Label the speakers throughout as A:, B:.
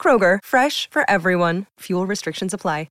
A: Kroger, fresh for everyone. Fuel restrictions apply.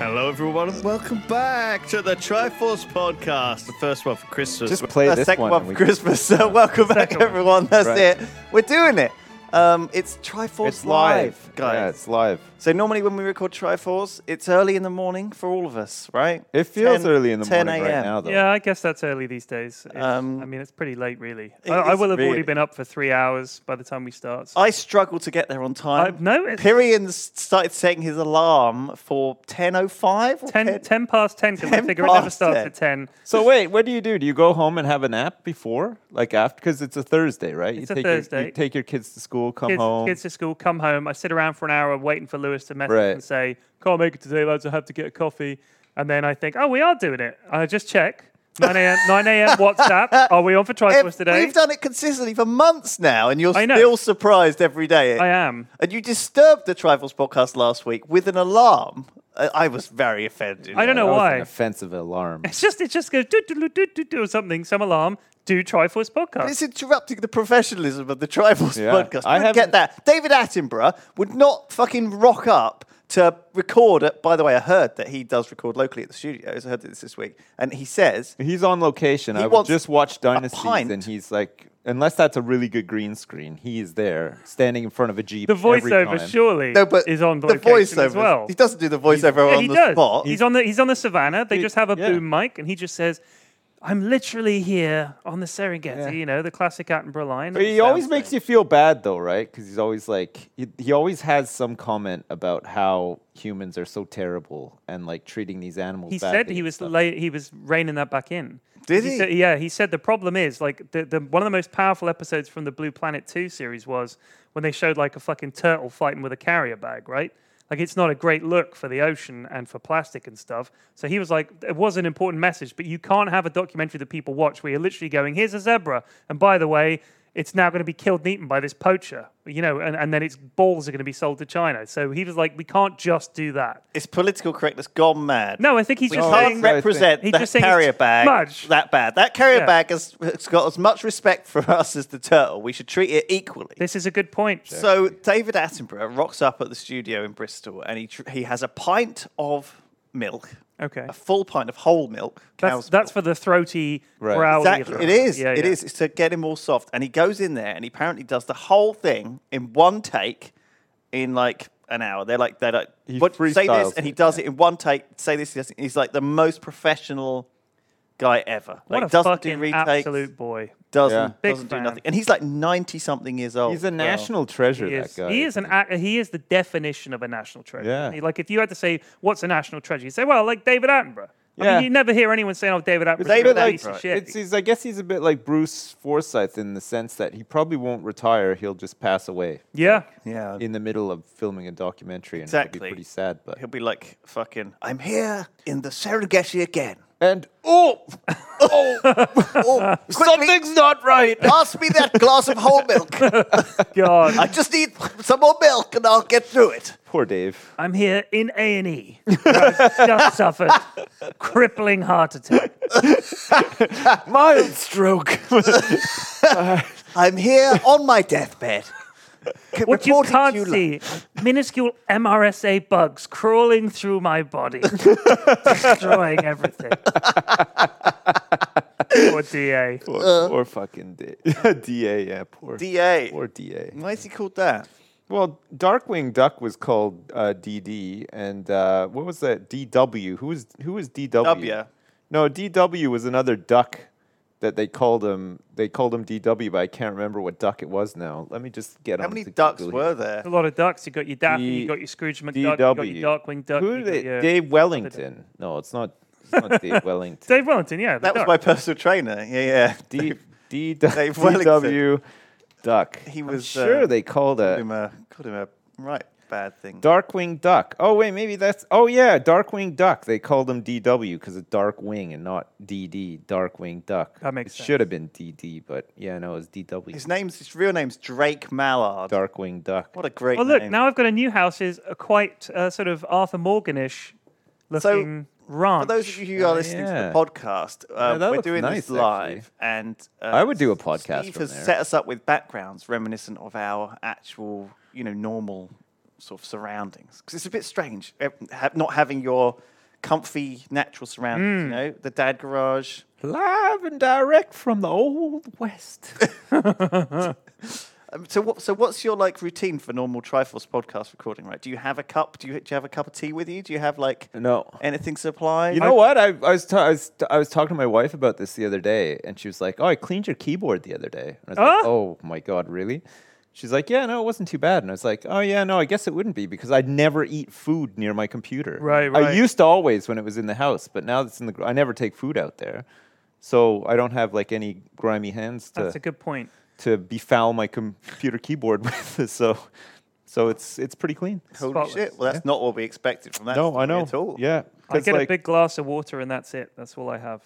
B: Hello, everyone. Welcome back to the Triforce podcast. The first one for Christmas.
C: Just play
B: the
C: this
B: second
C: one
B: one,
C: and
B: for
C: we-
B: Christmas. So welcome back, everyone. That's
C: Right.
B: it. We're doing it. Um, it's Triforce
C: It's live,
B: guys.
C: Yeah, it's live.
B: So normally when we record Triforce, it's early in the morning for all of us, right?
C: It feels
B: 10
C: early in the
B: 10
C: morning
B: a.m.
C: right now, though.
D: Yeah, I guess that's early these days. It's-
B: Um,
D: I mean, it's pretty late, really.
B: it
D: I, I
B: is
D: will have
B: really.
D: already been up for three hours by the time we start. so-
B: I struggle to get there on time.
D: I've noticed.
B: Pyrian started setting his alarm for 10.05? or
D: 10, 10 past 10 because I
B: 10
D: figure it never
B: past
D: starts
B: 10.
D: at 10.
C: So wait, what do you do? Do you go home and have a nap before, like after? Because it's a Thursday, right?
D: It's
C: you
D: a
C: take Your,
D: Thursday.
C: you take your kids to school, come
D: Kids,
C: home.
D: kids to school, come home. I sit around for an hour waiting for Lewis to message
C: Right.
D: and say, can't make it today, lads. I have to get a coffee. And then I think, oh, we are doing it. I just check. 9 a.m. 9 a.m. WhatsApp. Are we on for
B: Ev-
D: Triforce today?
B: We've done it consistently for months now, and you're
D: I know.
B: still surprised every day.
D: I am.
B: And you disturbed the Trifles podcast last week with an alarm. I, I was very offended.
D: I don't know
C: That was
D: why.
C: an offensive alarm.
D: It's just it just goes do do do do do or something, some alarm. Do Triforce podcast.
B: It's interrupting the professionalism of the Trifles
C: Yeah.
B: podcast.
C: I
B: I don't get
C: haven't-
B: that. David Attenborough would not fucking rock up to record. At, by the way, I heard that he does record locally at the studios. I heard this this week, and he says
C: he's on location.
B: He
C: I
B: wants
C: just watched Dynasties,
B: pint.
C: and he's like, unless that's a really good green screen, he is there, standing in front of a jeep.
D: The
C: every
D: voiceover
C: time.
D: surely
B: no, but
D: is on
B: the
D: location
B: voiceover.
D: as well.
B: He doesn't do the voiceover
D: Yeah,
B: on
D: he
B: the
D: does.
B: spot.
D: He's on the he's on the savannah. They
C: He-
D: just have a
C: yeah.
D: boom mic, and he just says, "I'm literally here on the Serengeti."
C: Yeah.
D: You know, the classic Attenborough line.
C: But he always makes you feel bad, though, right? Because he's always like, he, he always has some comment about how humans are so terrible and like treating these animals.
D: He said
C: badly
D: he
C: and
D: was
C: stuff.
D: la- he was reining that back in.
B: Did he?
D: said- yeah, he said the problem is like the, the one of the most powerful episodes from the Blue Planet Two series was when they showed like a fucking turtle fighting with a carrier bag, right? Like it's not a great look for the ocean and for plastic and stuff. So he was like, it was an important message, but you can't have a documentary that people watch where you're literally going, here's a zebra, and by the way. It's now going to be killed and eaten by this poacher, you know, and, and then its balls are going to be sold to China. So he was like, we can't just do that.
B: it's political correctness gone mad.
D: No, I think he's
B: We
D: just
C: Oh,
B: can't
D: saying
C: that's what I
B: represent
D: think. He
B: that
D: just saying
B: carrier
D: it's
B: bag
D: smudge.
B: that bad. That carrier
D: Yeah.
B: bag has, has got as much respect for us as the turtle. We should treat it equally.
D: This is a good point.
B: So David Attenborough rocks up at the studio in Bristol, and he tr- he has a pint of milk,
D: okay.
B: a full pint of whole milk.
D: That's,
B: cow's
D: that's
B: milk.
D: for the throaty
C: Right.
D: growl.
B: Exactly, it is. It is. It's to get him all soft, and he goes in there, and he apparently does the whole thing in one take, in like an hour. They're like, they're like,
C: He
B: what, say this,
C: freestyles
B: and he
C: it,
B: does it in one take. Say this, he does it. he's like the most professional guy ever.
D: What
B: like,
D: a
B: doesn't do
D: fucking
B: retakes,
D: absolute boy.
B: doesn't
C: Yeah.
D: Big
B: doesn't do
D: fan.
B: nothing, and he's like ninety something years old.
C: He's a
B: as well.
C: national treasure.
D: He is.
C: that guy.
D: He is an. ac- He is the definition of a national treasure.
C: Yeah.
D: He- Like if you had to say what's a national treasure, you would say well, like David Attenborough. I
C: Yeah.
D: mean, you never hear anyone saying, "Oh, David Attenborough."
B: David
D: a piece
B: Attenborough.
D: of shit.
C: It's, he's, I guess he's a bit like Bruce Forsyth in the sense that he probably won't retire. He'll just pass away
D: yeah.
B: Yeah,
C: in the middle of filming a documentary, and it'll
B: Exactly.
C: be pretty sad. But
B: he'll be like, "Fucking, I'm here in the Serengeti again."
C: and oh,
B: Oh, quickly,
C: something's not right.
B: pass me that glass of whole milk. I
D: God,
B: just need some more milk, and I'll get through it.
C: Poor Dave.
D: I'm here in A and E. Just suffered crippling heart attack.
C: Mild stroke.
B: I'm here on my deathbed. C-
D: What you
B: reporting to
D: can't
B: li-
D: see, minuscule MRSA bugs crawling through my body, destroying everything. Poor DA.
C: Poor, poor fucking da- DA. Yeah, poor
B: DA.
C: Poor DA.
B: Why is he called that?
C: Well, Darkwing Duck was called uh, DD, and uh, what was that? DW. Who was who was DW?
B: W.
C: No, DW was another duck that they called him. They called him DW, but I can't remember what duck it was now. Let me just get.
B: How many ducks were there?
D: A lot of ducks. You got your Daffy,
C: D-
D: you got your Scrooge McDuck, you got
C: DW.
D: your Darkwing Duck.
C: Who
D: you
C: are they?
D: got your-
C: Dave Wellington. No, it's not. It's not Dave Wellington.
D: Dave Wellington, yeah. the
B: That was
D: duck.
B: my personal trainer. Yeah, yeah.
C: D D
B: Dave Wellington.
C: DW Duck.
B: He
C: I'm
B: was,
C: sure
B: uh,
C: they called
B: Called
C: it
B: him a, called him a right bad thing.
C: Darkwing Duck. Oh wait, maybe that's. Oh yeah, Darkwing Duck. They called him DW because of Dark Wing and not DD. Darkwing Duck.
D: That makes
C: It should have been DD, but yeah, no, it was DW.
B: His name's his real name's Drake Mallard.
C: Darkwing Duck.
B: What a great
D: Well, Oh, look,
B: name.
D: now I've got a new house. Is a quite uh, sort of Arthur Morganish looking
B: For
D: ranch.
B: those of you who are listening
C: yeah.
B: to the podcast, uh,
C: that
B: we're
C: looks
B: doing
C: nice,
B: this live, and uh,
C: I would do a podcast
B: Steve
C: from
B: has
C: there.
B: set us up with backgrounds reminiscent of our actual, you know, normal sort of surroundings. Because it's a bit strange eh, ha- not having your comfy natural surroundings. You
D: Hmm.
B: know, the dad garage.
C: Live and direct from the old west.
B: Um, so, what, so what's your like routine for normal Triforce podcast recording? Right? Do you have a cup? Do you do you have a cup of tea with you? Do you have like
C: no.
B: anything supplied?
C: You know what? I, I was ta- I was I was talking to my wife about this the other day, and she was like, "Oh, I cleaned your keyboard the other day." And I was like,
D: Huh?
C: "Oh my god, really?" She's like, "Yeah, no, it wasn't too bad." And I was like, "Oh yeah, no, I guess it wouldn't be because I'd never eat food near my computer.
D: Right,
C: I
D: right.
C: used to always when it was in the house, but now it's in the. gr- I never take food out there, so I don't have like any grimy hands
D: That's
C: to
D: a good point.
C: to befoul my computer keyboard with. So, so it's it's pretty clean.
B: Holy
D: Spotless.
B: shit! Well, that's not what we expected from that.
C: No,
B: story
C: I know.
B: at all.
C: Yeah,
D: I
C: 'cause,
D: get a
C: like,
D: big glass of water and that's it. That's all I have.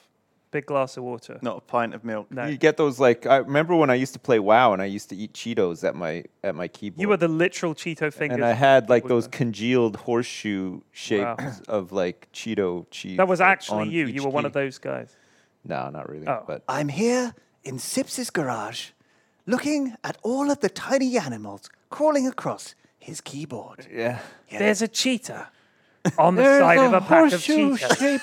D: Big glass of water.
B: not a pint of milk.
D: No.
C: You get those like I remember when I used to play WoW and I used to eat Cheetos at my at my keyboard.
D: You were the literal Cheeto fingers.
C: and I had like
D: Would-
C: those congealed horseshoe shapes of like Cheeto cheese.
D: That was
C: like,
D: actually
C: on
D: you. You
C: each
D: were one of
C: key.
D: those guys.
C: No, not really.
D: Oh.
C: But
B: I'm here in Sips's garage, looking at all of the tiny animals crawling across his keyboard.
C: yeah,
D: There's a cheetah on the side of a pack of cheetahs.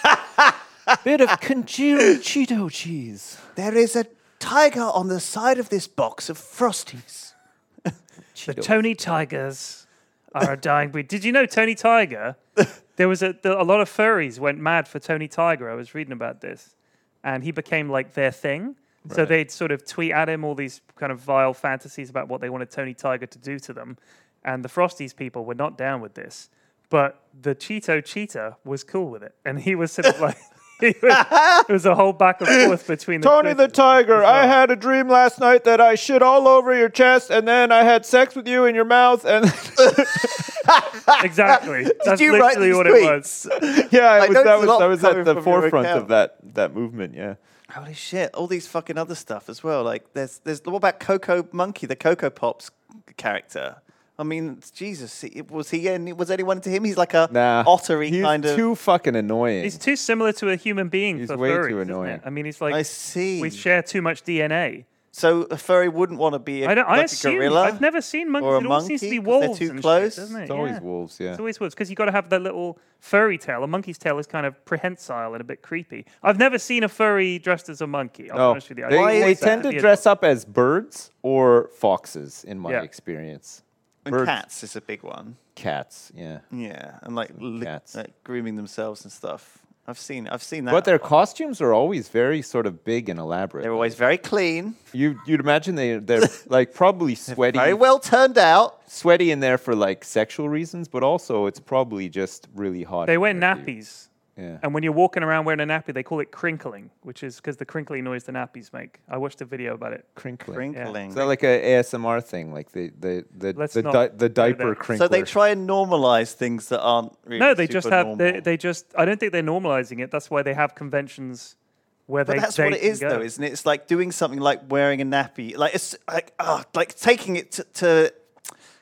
C: bit of congealed Cheeto cheese.
B: There is a tiger on the side of this box of Frosties.
D: The Tony Tigers are a dying breed. Did you know Tony Tiger? There was a, the, a lot of furries went mad for Tony Tiger. I was reading about this, and he became like their thing. So they'd sort of tweet at him all these kind of vile fantasies about what they wanted Tony Tiger to do to them, and the Frosties people were not down with this. But the Cheeto Cheetah was cool with it, and he was sort of like. he was- it was a whole back and forth between the
C: Tony
D: two.
C: the Tiger, I had a dream last night that I shit all over your chest, and then I had sex with you in your mouth, and
D: exactly. That's
B: you write
D: literally
B: these
D: what it was.
B: tweets?
C: yeah,
B: I
C: I was,
B: noticed a
C: that was
B: lot
C: I was
B: coming
C: at the
B: from your
C: forefront
B: account.
C: of that that movement. Yeah.
B: Holy shit! All these fucking other stuff as well. Like there's there's what about Coco Monkey, the Coco Pops character? I mean, Jesus, he- was he any, was anyone to him? He's like a
C: Nah,
B: ottery
C: he's
B: kind of.
C: too fucking annoying.
D: He's too similar to a human being.
C: He's
D: for
C: way too
D: furries, isn't
C: annoying.
D: it? I mean, he's like
B: I see.
D: we share too much DNA.
B: so a furry wouldn't want to be a,
D: I don't. I
B: like
D: assume
B: a gorilla.
D: I've never seen monkeys.
B: or a
D: it all seems
B: monkey,
D: to be
B: 'cause they're
D: wolves.
B: too
D: and
B: close.
D: Shit, doesn't it?
C: it's always
D: Yeah.
C: wolves, yeah.
D: It's always wolves because you got to have that little furry tail. A monkey's tail is kind of prehensile and a bit creepy. I've never seen a furry dressed as a monkey. I'll be
C: no,
D: honest with you. I
C: Oh, they,
D: don't
B: is
C: they
D: think
B: that?
C: tend
D: that'd be
C: to
D: a-
C: dress up as birds or foxes, in my
D: Yeah.
C: experience.
B: And
C: Birds,
B: cats is a big one.
C: cats, yeah.
B: Yeah, and like, li-
C: cats.
B: like grooming themselves and stuff. I've seen I've seen that.
C: But their costumes are always very sort of big and elaborate.
B: they're always very clean,
C: you you'd imagine they they're like probably sweaty,
B: very well turned out.
C: sweaty in there for like sexual reasons, but also it's probably just really hot.
D: They
C: in
D: wear
C: there, too.
D: nappies.
C: Yeah.
D: And when you're walking around wearing a nappy, they call it crinkling, which is because the crinkly noise the nappies make. I watched a video about it.
C: crinkling.
B: Crinkling.
C: Is that like a ASMR thing? Like the the the
D: Let's
C: the,
D: not
C: di- the
D: do
C: diaper
D: that.
C: crinkler?
B: So they try and normalize things that aren't really.
D: No, they just
B: super
D: have they,
B: normal.
D: they just. I don't think they're normalizing it. That's why they have conventions where
B: But
D: they.
B: that's
D: they
B: what it
D: can
B: is,
D: go.
B: though, isn't it? It's like doing something like wearing a nappy, like it's like ah, like taking it to, to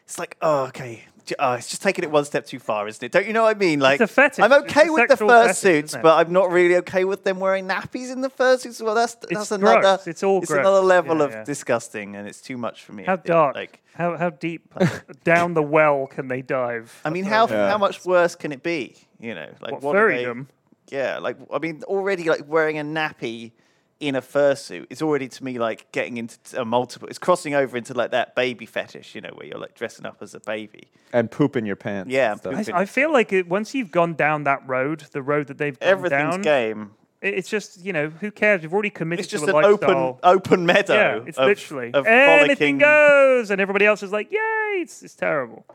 B: it's like oh, okay, J- oh, it's just taking it one step too far, isn't it? Don't you know what I mean? Like
D: a fetish.
B: I'm
D: It's
B: okay
D: a
B: with the
D: sexual fetish,
B: fursuits,
D: isn't it?
B: but I'm not really okay with them wearing nappies in the fursuits. Well, that's that's another.
D: gross. It's all
B: It's
D: gross.
B: another level
D: Yeah,
B: of
D: yeah.
B: disgusting, and it's too much for me. I
D: How
B: think.
D: dark?
B: Like,
D: how how deep down the well can they dive?
B: I mean, how
C: Yeah.
B: how much worse can it be? You know, like
D: What,
B: what are
D: furry
B: they-
D: them?
B: Yeah, like I mean, already like wearing a nappy in a fursuit is already to me like getting into t- a multiple. It's crossing over into like that baby fetish, you know, where you're like dressing up as a baby.
C: and poop in your pants.
B: Yeah,
C: and stuff.
B: poop-
D: I, I feel like it, once you've gone down that road, the road that they've gone
B: Everything's
D: down,
B: game.
D: it- it's just you know who cares? You've already committed
B: It's just
D: to
B: an
D: a lifestyle.
B: open open meadow.
D: yeah, it's
B: of-
D: literally
B: of frolicking.
D: anything goes, and everybody else is like, "Yay!" It's, it's terrible.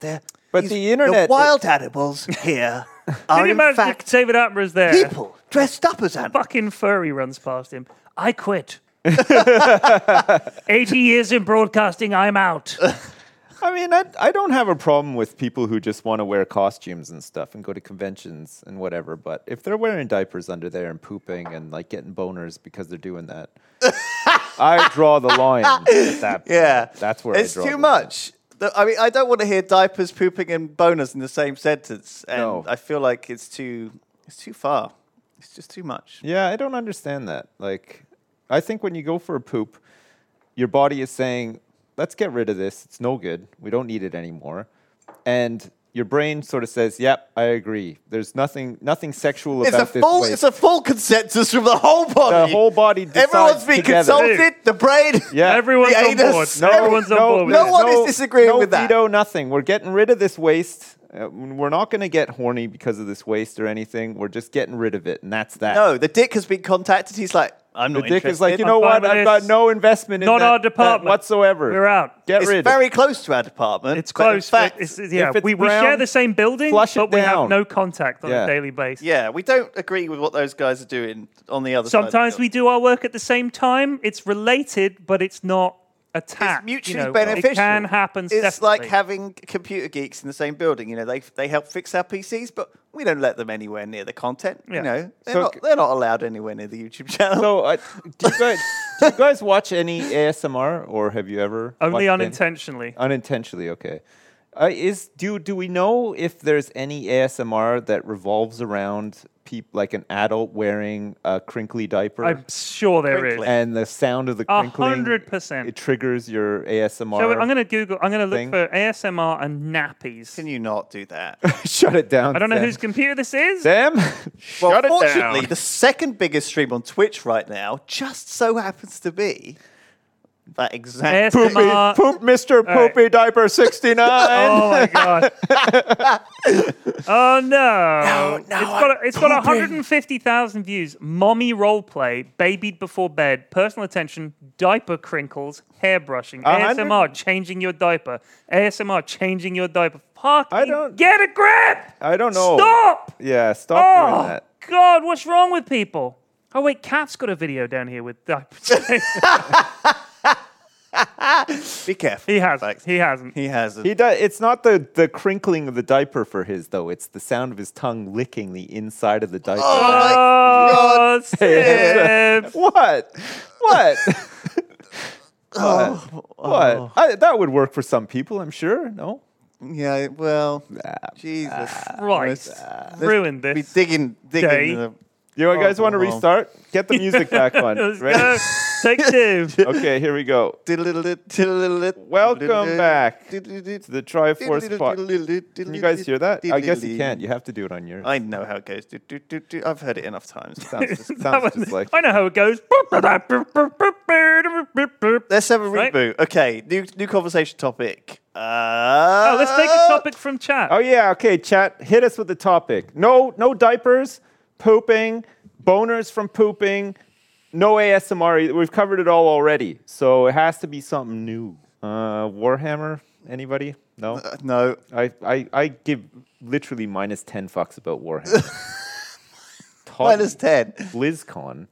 B: They're
C: But
B: These-
C: the internet-
B: wild animals here are
D: Can you
B: in
D: imagine if
B: fact
D: David Attenborough's there?
B: people dressed up as animals.
D: Fucking furry runs past him. I quit. 80 years in broadcasting, I'm out.
C: I mean, I, I don't have a problem with people who just want to wear costumes and stuff and go to conventions and whatever. But if they're wearing diapers under there and pooping and like getting boners because they're doing that, I draw the line. At that
B: Yeah,
C: that's where I
B: it's
C: draw the
B: too
C: line.
B: much. The- I mean, I don't want to hear diapers, pooping, and boners in the same sentence, and
C: No.
B: I feel like it's too it's too far. It's just too much.
C: Yeah, I don't understand that. Like, I think when you go for a poop, your body is saying, let's get rid of this. It's no good. We don't need it anymore. And your brain sort of says, yep, I agree. There's nothing nothing sexual
B: It's
C: about
B: a
C: this.
B: full
C: waste."
B: it's a full consensus from the whole body.
C: whole body
B: Everyone's
C: decides
B: been
C: together.
B: consulted. The brain.
C: yeah.
D: Everyone's
B: The
D: on
B: anus.
D: board.
B: No,
D: Everyone's on board with
B: no
D: it.
B: one- is disagreeing
C: no
B: with that.
C: veto, nothing. We're getting rid of this waste. Uh, we're not going to get horny because of this waste or anything. We're just getting rid of it, and that's that.
B: No, the dick has been contacted. He's like, I'm
C: the
B: not.
C: dick is like,
B: interested."
C: you know
D: I'm
C: what?
D: fine with
C: I've got
D: this.
C: no investment in
D: Not
C: that-
D: our
C: that
D: department.
C: whatsoever.
D: We're out.
C: Get
B: it's
C: rid.
B: very close to our department.
D: It's
B: but in
D: close. but
B: fact-
D: it's- it's- yeah,
C: if it's
D: we, we share
C: brown,
D: the same building,
C: flush it
D: but we have
C: down.
D: no contact on a
C: Yeah.
D: daily basis.
B: yeah, we don't agree with what those guys are doing on the other. side of the
D: Sometimes we
B: building.
D: do our work at the same time. It's related, but it's not attacked.
B: It's
D: you
B: mutually
D: know.
B: beneficial.
D: It can happen.
B: It's like
D: separately.
B: having computer geeks in the same building. You know, they they help fix our PCs, but we don't let them anywhere near the content.
D: Yeah.
B: You know, they're,
C: So-
B: not, they're not allowed anywhere near the YouTube channel.
C: So, uh, do, you guys, do you guys watch any ASMR, or have you ever
D: only
C: watched any?
D: unintentionally.
C: Unintentionally, okay. Uh, is do do we know if there's any ASMR that revolves around peop, like an adult wearing a crinkly diaper?
D: I'm sure there is.
B: Crinkly.
C: and the sound of the
D: A
C: crinkling,
D: hundred percent.
C: it triggers your ASMR.
D: So I'm going to Google. I'm going to look
C: thing.
D: for ASMR and nappies.
B: Can you not do that?
C: shut it down.
D: I don't know
C: Sam.
D: whose computer this is.
C: Sam.
B: well,
C: shut it
B: fortunately,
C: down.
B: the second biggest stream on Twitch right now just so happens to be that exact.
D: ASMR.
C: Poopy, poop, Mister
D: right.
C: Poopy Diaper sixty nine.
D: Oh my god! oh no!
B: no,
D: it's got a,
B: I'm
D: it's got
B: pooping.
D: 150,000 views. Mommy roleplay, babied before bed, personal attention, diaper crinkles, hair brushing,
C: A hundred-
D: ASMR changing your diaper, ASMR changing your diaper. Fuck!
C: don't-
D: get a grip.
C: I don't know.
D: Stop!
C: Yeah, stop doing
D: Oh
C: that.
D: god! What's wrong with people? Oh wait, Kat's got a video down here with diapers.
B: Be careful.
D: he has.
B: Thanks.
D: He hasn't.
B: He has. A,
C: He does. It's not the, the crinkling of the diaper for his though. It's the sound of his tongue licking the inside of the diaper.
D: Oh, Sib.
C: What? What?
B: Oh,
C: what? What? I, that would work for some people, I'm sure. No.
B: yeah. Well, Jesus
D: Christ. Ruined
B: Be
D: this.
B: digging, digging.
D: Day.
B: in the-
C: You guys want to
B: Oh.
C: restart? Get the music back on.
D: Let's go.
C: Ready?
D: Take two.
C: Okay, here we go.
B: Welcome
C: Welcome back to the Triforce spot. Can you guys hear that? I guess you can't. You have to do it on yours.
B: I know how it goes. Do, do, do, do. I've heard it enough times.
C: Sounds just,
D: That
C: sounds
D: one-
C: just like
D: I know how it goes. Oh,
B: Let's have a
D: Right?
B: reboot. Okay, new new conversation topic. Uh,
D: Oh, let's take a topic from chat.
C: Oh yeah, okay, chat. Hit us with the topic. No, no diapers, pooping, boners from pooping, no ASMR. either. We've covered it all already, so it has to be something new. Uh, Warhammer? Anybody? No.
B: Uh, no,
C: I, I, I give literally minus ten fucks about Warhammer. Todd,
B: minus ten.
C: BlizzCon.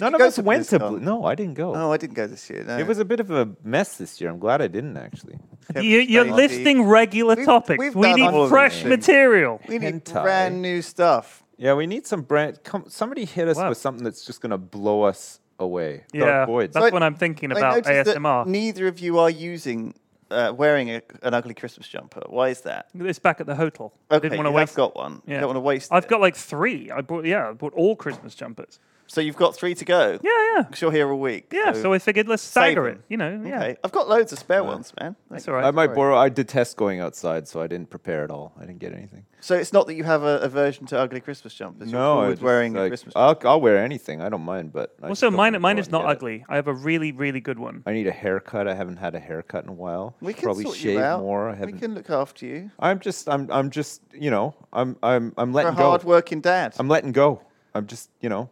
C: None
B: you
C: of
B: go
C: us
B: to
C: went to.
B: BlizzCon?
C: Bli- no, I didn't go.
B: Oh, I didn't go this year. No.
C: It was a bit of a mess this year. I'm glad I didn't actually.
D: you, you're
B: Bloody-
D: listing regular
B: We've-
D: topics.
B: we've
D: we
B: done all
D: need
B: of
D: fresh
B: these things.
D: material.
B: we need
C: hentai.
B: brand new stuff.
C: Yeah, we need some brand. Come, somebody hit us
D: Wow.
C: with something that's just gonna blow us away.
D: Yeah,
C: Dark voids.
D: that's
B: I-
D: what I'm thinking
B: I
D: about
B: noticed that
D: ASMR.
B: neither of you are using uh, wearing a, an ugly Christmas jumper. Why is that?
D: It's back at the hotel. I
B: Okay,
D: didn't want to
B: you have
D: waste.
B: got one.
D: yeah.
B: You don't want to waste.
D: I've
B: it.
D: got like three. I bought yeah, I bought all Christmas jumpers.
B: So you've got three to go.
D: Yeah, yeah,
B: Because you're here all week.
D: yeah. So I figured let's stagger it.
B: them.
D: You know, yeah.
B: Okay. I've got loads of spare ones, man.
D: That's
B: That's
D: all
C: I
D: right.
C: might borrow. I detest going outside, so I didn't prepare at all. I didn't get anything.
B: So it's not that you have a aversion to ugly Christmas jumpers. You're
C: No, I
B: forward
C: just,
B: wearing a
C: like,
B: Christmas.
C: I'll, I'll wear anything. I don't mind, but I just
D: Also,
C: don't
D: mine
C: wanna
D: mine
C: go
D: is
C: and
D: not
C: get it.
D: ugly. I have a really really good one.
C: I need a haircut. I haven't had a haircut in a while.
B: we
C: Should
B: can
C: probably
B: sort
C: shave
B: you out.
C: more. I
B: we
C: haven't.
B: can look after you.
C: I'm just. I'm. I'm just. You know. I'm. I'm. I'm
B: You're a
C: letting go.
B: hard-working dad.
C: I'm letting go. I'm just. You know.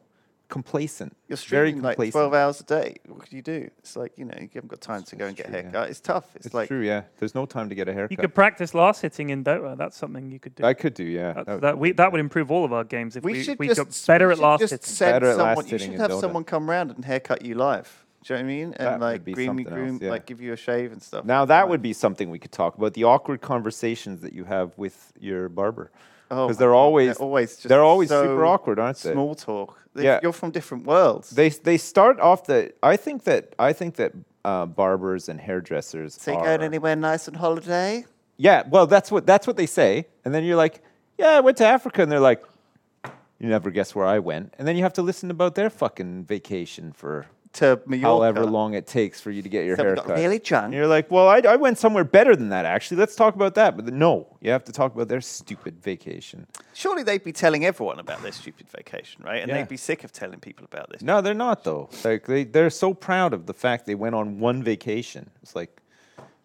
C: complacent.
B: You're
C: very
B: streaming like
C: complacent.
B: twelve hours a day. What could you do? It's like you know you haven't got time to go and get a
C: true, yeah.
B: haircut. It's tough. It's,
C: it's
B: like
C: true, yeah. There's no time to get a haircut.
D: You could practice last hitting in Dota. That's something you could do.
C: I could do, yeah. That
D: That's-
C: would-
D: that we that would improve all of our games if
B: we,
D: we, we,
B: should
D: got
B: just
D: better
B: we
D: at
B: should
D: last
B: just
D: hitting.
B: send
C: Better at last
B: someone. You
C: hitting
B: should
C: in
B: have
C: Dota.
B: someone come round and haircut you live. Do you know what I mean? And
C: That would
B: like
C: be
B: groom you,
C: something else,
B: groom,
C: yeah.
B: like give you a shave and stuff.
C: Now that would be something we could talk about the awkward conversations that you have with your barber.
B: Oh
C: Because
B: my
C: they're
B: God,
C: always
B: always just
C: they're always super
B: so
C: awkward, aren't they?
B: Small talk. They-
C: Yeah.
B: you're from different worlds.
C: They they start off the I think that I think that uh, barbers and hairdressers
B: so you
C: are,
B: going anywhere nice on holiday?
C: Yeah, well that's what that's what they say. And then you're like, "Yeah, I went to Africa." And they're like, "You never guess where I went." And then you have to listen about their fucking vacation for
B: To Mallorca.
C: however long it takes for you to get your
B: So we
C: hair
B: got
C: cut.
B: really drunk.
C: And you're like, well, I, I went somewhere better than that, actually. Let's talk about that. But no, you have to talk about their stupid vacation.
B: Surely they'd be telling everyone about their stupid vacation, right? And
C: Yeah.
B: they'd be sick of telling people about this.
C: No, they're not, though. Like, they, they're so proud of the fact they went on one vacation. It's like,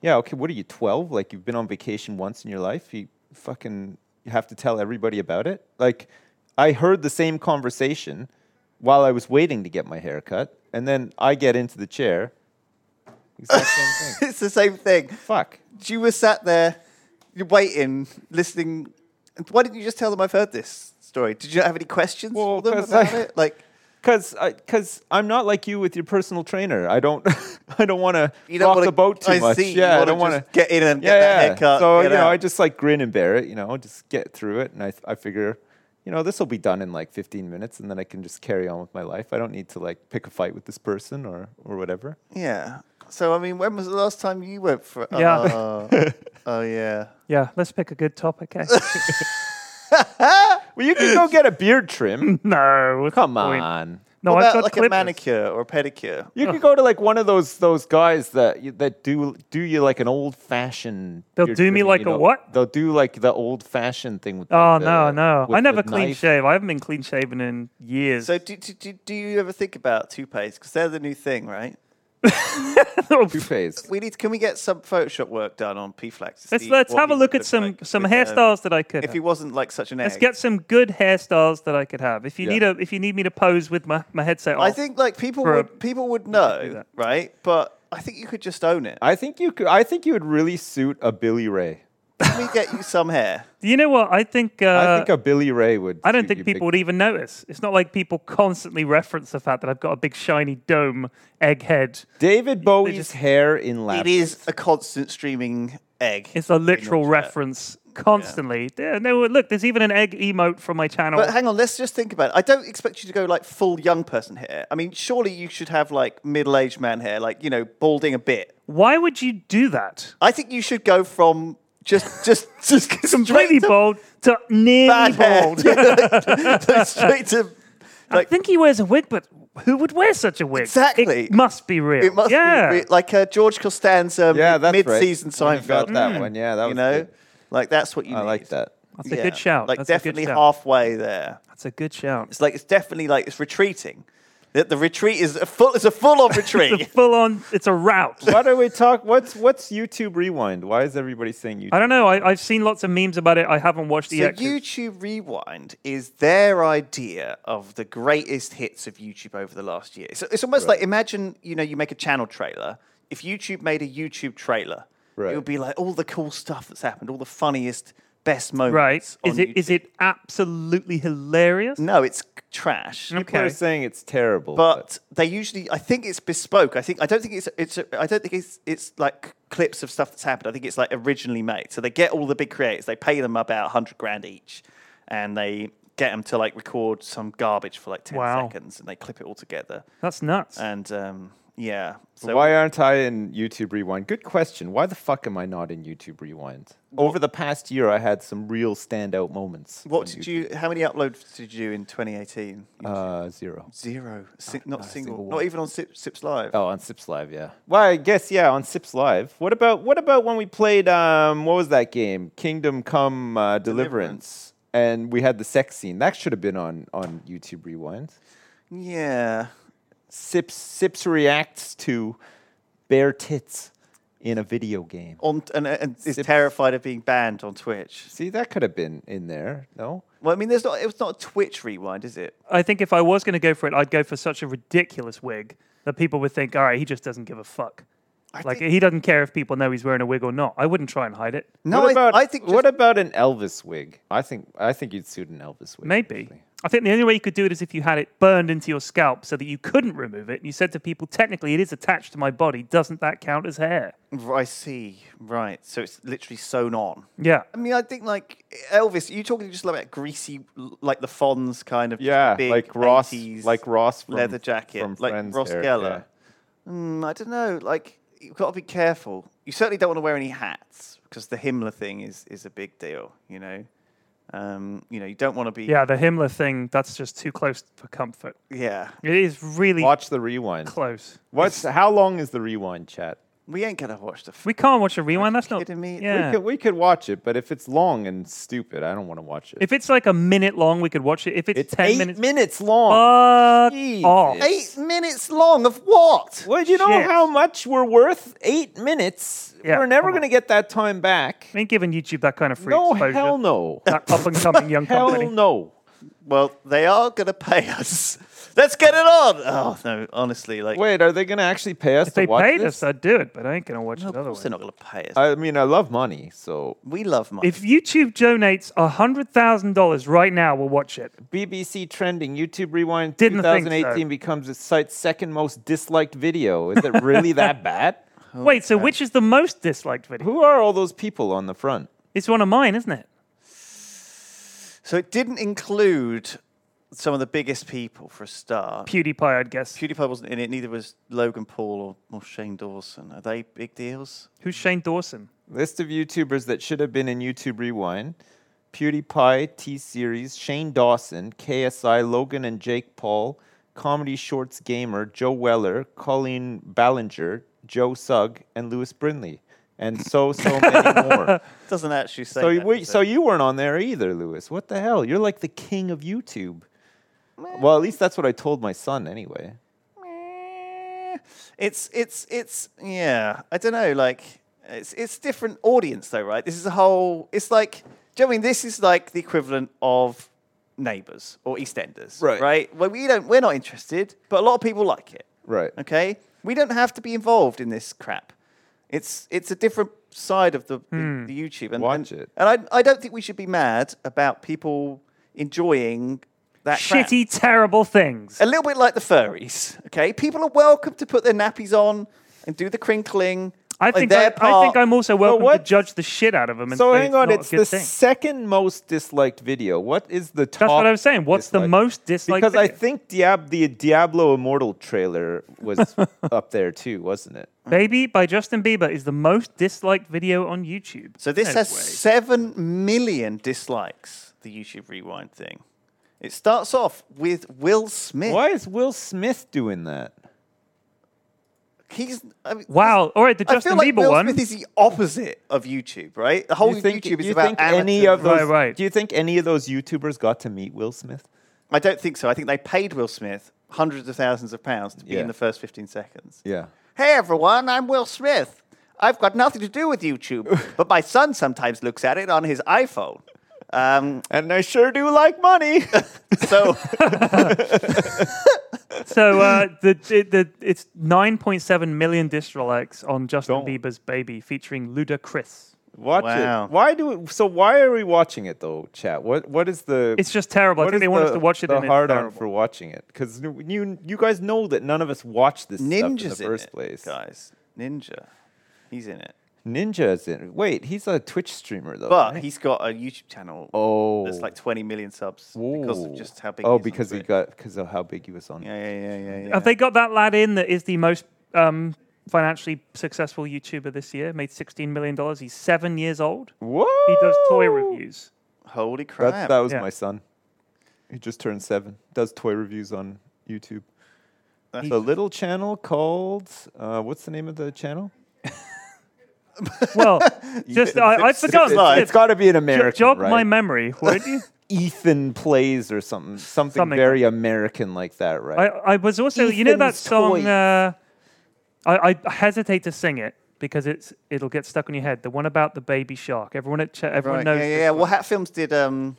C: yeah, okay, what are you, 12? Like, you've been on vacation once in your life? You fucking you have to tell everybody about it? Like, I heard the same conversation while I was waiting to get my hair cut. And then I get into the chair. Exact same thing.
B: It's the same thing.
C: Fuck.
B: You were sat there, you're waiting, listening. And Why didn't you just tell them I've heard this story? Did you not have any questions
C: Well,
B: for them
C: 'cause
B: about
C: I-
B: it? Like,
C: Cause, I, cause I'm not like you with your personal trainer. I don't, I don't want to
B: You don't
C: rock
B: wanna-
C: the boat too
B: I
C: much.
B: see, you
C: yeah, I
B: wanna
C: don't want
B: just get in and get
C: yeah,
B: that
C: yeah.
B: haircut,
C: So
B: get
C: you know,
B: out.
C: I just like grin and bear it. You know, just get through it. And I, I figure, you know, this will be done in like 15 minutes, and then I can just carry on with my life. I don't need to like pick a fight with this person or or whatever.
B: yeah. So, I mean, when was the last time you went for.
D: Yeah.
B: Oh, oh, yeah.
D: Yeah, let's pick a good topic. eh?
C: Well, you can go get a beard trim.
D: no, what's the
C: Come
D: point?
C: on.
D: No,
B: what
D: I've
B: about
D: got
B: like
D: clippers.
B: a manicure or a pedicure?
C: You
D: Oh.
C: can go to like one of those those guys that you- that do do you like an old fashioned.
D: They'll do me like a what?
C: They'll do like the old fashioned thing with.
D: Oh
C: like,
D: no,
C: the-
D: no!
C: with
D: I
C: the
D: never clean
C: knife.
D: shave. I haven't been clean shaven in years.
B: So, do, do, do, do you ever think about toupees? Because they're the new thing, right?
C: Toupees.
B: We need. Can we get some Photoshop work done on PFLAX?
D: let's let's have a look at some some
B: uh,
D: hairstyles that I could.
B: If
D: have.
B: he wasn't like such an egg.
D: Let's get some good hairstyles that I could have. If you
C: Yeah.
D: need a, if you need me to pose with my, my headset on,
B: I think like people
D: for a-
B: would people would
D: do
B: know,
D: that.
B: right? But I think you could just own it.
C: I think you could. I think you would really suit a Billy Ray.
B: Let me get you some hair.
D: you know what? I think uh,
C: I
D: I,
C: think a Billy Ray would.
D: don't
C: suit
D: think
C: you
D: people
C: big-
D: would even notice. It's not like people constantly reference the fact that I've got a big shiny dome egg head.
C: David Bowie's
D: just-
C: hair in lab.
B: It is a constant streaming egg.
D: It's a literal
B: chat.
D: reference constantly. Yeah, no, look, there's even an egg emote from my channel.
B: But hang on, let's just think about it. I don't expect you to go like full young person hair. I mean, surely you should have like middle aged man hair, like you know, balding a bit.
D: Why would you do that?
B: I think you should go from just just just
D: Completely
B: straight to
D: bald to nearly
B: bad hair.
D: bald.
B: Yeah, like, straight to
D: I
B: like
D: think he wears a wig, but who would wear such a wig?
B: Exactly.
D: It must be real.
B: It must
D: yeah.
B: be re- like uh, George Costanza
C: Yeah, that's right.
B: mid-season
C: When you
B: Seinfeld.
C: got that one. Yeah, that
B: you
C: was
B: know,
C: good.
B: like that's what you.
C: I
B: need.
C: like that.
D: That's a good shout.
B: Like
D: That's a good
B: definitely
D: shout.
B: halfway there.
D: That's a good shout.
B: It's like it's definitely like it's retreating. The, the retreat is a full. It's a full-on
D: It's a
B: retreat.
D: full on. It's a route.
C: Why do we talk? What's what's YouTube Rewind? Why is everybody saying YouTube?
D: I don't know. I, I've seen lots of memes about it. I haven't watched the
B: So
D: actual-
B: YouTube Rewind is their idea of the greatest hits of YouTube over the last year. So it's almost like imagine you know you make a channel trailer. If YouTube made a YouTube trailer,
C: Right.
B: it would be like all the cool stuff that's happened, all the funniest, best moments.
D: right? Is it
B: on
D: is it absolutely hilarious?
B: No, it's c- trash.
C: People are
D: Okay.
C: saying it's terrible.
B: But they usually, I think it's bespoke. I think I don't think it's it's I don't think it's it's like clips of stuff that's happened. I think it's like originally made. So they get all the big creators. They pay them about hundred grand each, and they get them to like record some garbage for like ten
D: Wow.
B: seconds, and they clip it all together.
D: That's nuts.
B: And um, yeah,
C: But
B: so
C: why aren't I in YouTube Rewind? Good question. Why the fuck am I not in YouTube Rewind? Over the past year, I had some real standout moments.
B: what
C: on
B: did
C: YouTube.
B: you? How many uploads did you do in 2018?
C: Uh, zero.
B: Zero, Si- not, single,
C: single
B: not
C: one.
B: even on Sip, Sips Live.
C: Oh, on Sips Live, yeah. Well, I guess yeah, on Sips Live. What about what about when we played um what was that game? Kingdom Come uh, Deliverance. And we had the sex scene. That should have been on on YouTube Rewind.
B: Yeah,
C: Sips Sips reacts to bare tits in a video game.
B: on and, and is
C: Sips.
B: terrified of being banned on Twitch.
C: See, that could have been in there. No.
B: Well, I mean, there's not. It was not a Twitch rewind, is it?
D: I think if I was going to go for it, I'd go for such a ridiculous wig that people would think, all right, he just doesn't give a fuck. like
B: think-
D: he doesn't care if people know he's wearing a wig or not. I wouldn't try and hide it.
B: No,
C: what
B: I,
C: about,
B: I think. Just,
C: what about an Elvis wig? I think I think you'd suit an Elvis wig.
D: Maybe.
C: actually.
D: I think the only way you could do it is if you had it burned into your scalp so that you couldn't remove it. And you said to people, technically, it is attached to my body. Doesn't that count as hair?
B: I see. Right. So it's literally sewn on.
D: Yeah.
B: I mean, I think like Elvis. You talking just like that greasy, l- like the Fonz kind of
C: Yeah,
B: big
C: like Ross,
B: 80s
C: like Ross from,
B: leather jacket,
C: from
B: like
C: Friends
B: Ross
C: there,
B: Geller. Mm, I don't know. Like you've got to be careful. You certainly don't want to wear any hats because the Himmler thing is is a big deal. You know. Um, you know, you don't want to be.
D: Yeah, the Himmler thing, that's just too close for comfort.
B: Yeah.
D: It is really
C: yeah. Watch the rewind.
D: close.
C: What's how long is the rewind chat?
B: We ain't gonna watch the. F-
D: We can't watch a rewind. That's not.
B: kidding me? We
D: Yeah.
C: We could we could watch it, but if it's long and stupid, I don't want to watch it.
D: If it's like a minute long, we could watch it. If it's,
C: it's
D: 10
C: eight
D: minutes,
C: minutes, long.
D: fuck
C: Jesus.
D: off.
B: Eight minutes long of what?
C: Well, you know
D: shit.
C: how much we're worth? Eight minutes.
D: Yeah,
C: we're never
D: come on.
C: going to get that time back.
D: I ain't giving YouTube that kind of free
C: No,
D: exposure.
C: hell no.
D: That up and coming young
C: hell
D: company.
C: no.
B: Well, they are gonna pay us. Let's get it on. Oh no, honestly, like
C: Wait, are they going to actually pay us
D: If
C: to
D: they
C: watch
D: paid
C: this?
D: us, I'd do it, but I ain't gonna watch
B: no,
D: it
B: of course
D: otherwise.
B: they're not gonna pay us.
C: I mean, I love money, so
B: we love money.
D: If YouTube donates hundred thousand dollars right now, we'll watch it.
C: BBC trending YouTube Rewind
D: Didn't think so.
C: 2018 becomes its site's second most disliked video. Is it really that bad?
D: Wait, so which is the most disliked video?
C: Who are all those people on the front?
D: It's one of mine, isn't it?
B: So it didn't include some of the biggest people for a start.
D: PewDiePie, I'd guess.
B: PewDiePie wasn't in it. Neither was Logan Paul or, or Shane Dawson. Are they big deals?
D: Who's Shane Dawson?
C: List of YouTubers that should have been in YouTube Rewind. PewDiePie, T Series, Shane Dawson, KSI, Logan and Jake Paul, Comedy Shorts Gamer, Joe Weller, Colleen Ballinger, Joe Sugg, and Lewis Brindley. And so, so many more.
B: Doesn't actually say.
C: So,
B: that,
C: we,
B: does
C: so
B: it?
C: you weren't on there either, Lewis. What the hell? You're like the king of YouTube. Well, at least that's what I told my son anyway.
B: Eh, it's it's it's yeah. I don't know. Like it's it's different audience though, right? This is a whole. It's like do you know what I mean? This is like the equivalent of Neighbours or EastEnders,
C: Right.
B: Right? Well, we don't. We're not interested, but a lot of people like it.
C: Right.
B: Okay, we don't have to be involved in this crap. It's it's a different side of the, the-
D: Hmm.
B: the YouTube. And,
C: Watch
B: and,
C: it.
B: And I I don't think we should be mad about people enjoying that crap.
D: Shitty, terrible things.
B: A little bit like the furries. Okay, people are welcome to put their nappies on and do the crinkling.
D: I
B: play
D: think I,
B: their
D: I think
B: part.
D: I'm also welcome to
C: what-
D: judge the shit out of them. And
C: So
D: say
C: hang on,
D: not
C: it's
D: a good
C: the
D: thing.
C: second most disliked video. What is the top?
D: That's what I was saying. What's the
C: disliked?
D: most disliked?
C: Because I
D: video?
C: think Diab- the Diablo Immortal trailer was up there too, wasn't it?
D: Baby by Justin Bieber is the most disliked video on YouTube.
B: So this
D: No
B: has
D: way.
B: seven million dislikes. The YouTube Rewind thing. It starts off with Will Smith.
C: Why is Will Smith doing that?
B: He's I mean,
D: Wow. All right, the
B: I feel
D: Justin
B: like
D: Bieber
B: Will
D: one.
B: Smith is the opposite of YouTube, right? The whole
C: Do you think,
B: YouTube is
C: do you
B: about
C: think any of
B: amateurs.
C: those?
D: Right, right.
C: Do you think any of those YouTubers got to meet Will Smith?
B: I don't think so. I think they paid Will Smith hundreds of thousands of pounds to be
C: Yeah.
B: in the first 15 seconds.
C: Yeah.
B: Hey everyone, I'm Will Smith. I've got nothing to do with YouTube, but my son sometimes looks at it on his iPhone. Um,
C: And I sure do like money.
B: so
D: So uh, the, the, the it's 9.7 million dislikes on Justin
C: Don't.
D: Bieber's "Baby" featuring Ludacris.
C: Watch
B: Wow.
C: it. Why do? We, so why are we watching it though, chat? What What is the?
D: It's just terrible. I
C: what
D: think
C: is
D: they want us
C: the-
D: to watch it.
C: The
D: and it's
C: hard on
D: terrible.
C: for watching it because you you guys know that none of us watched this stuff in
B: Ninja's
C: the
B: in
C: first
B: it,
C: place.
B: guys. Ninja, he's in it,
C: Ninja's in. Wait, he's a Twitch streamer though.
B: but
C: right?
B: he's got a YouTube channel
C: oh,
B: that's like 20 million subs because of
C: Ooh.
B: just how big.
C: Oh,
B: he is on
C: because he
B: Twitch.
C: got because of how big he was on.
B: Yeah, yeah, yeah, yeah. yeah.
D: Have they got that lad in that is the most um, financially successful YouTuber this year? Made 16 million dollars. He's seven years old.
C: Whoa!
D: He does toy reviews.
B: Holy crap!
C: That, that was
D: Yeah.
C: my son. He just turned seven. Does toy reviews on YouTube.
B: That's-
C: The little channel called uh, what's the name of the channel?
D: Well, just I, I'd forgotten.
B: like-
D: It's
C: it's got to be an American.
D: jog
C: right?
D: my memory, would you?
C: Ethan plays or something, something,
D: Something
C: very American like that,
D: I,
C: right?
D: I was also, you know, that
C: Ethan's
D: song.
C: toys.
D: Uh, I, I hesitate to sing it because it's it'll get stuck on your head. The one about the baby shark. Everyone at ch- everyone
B: Right,
D: knows.
B: yeah, yeah,
D: this
B: yeah.
D: one.
B: Well, Hat Films did um,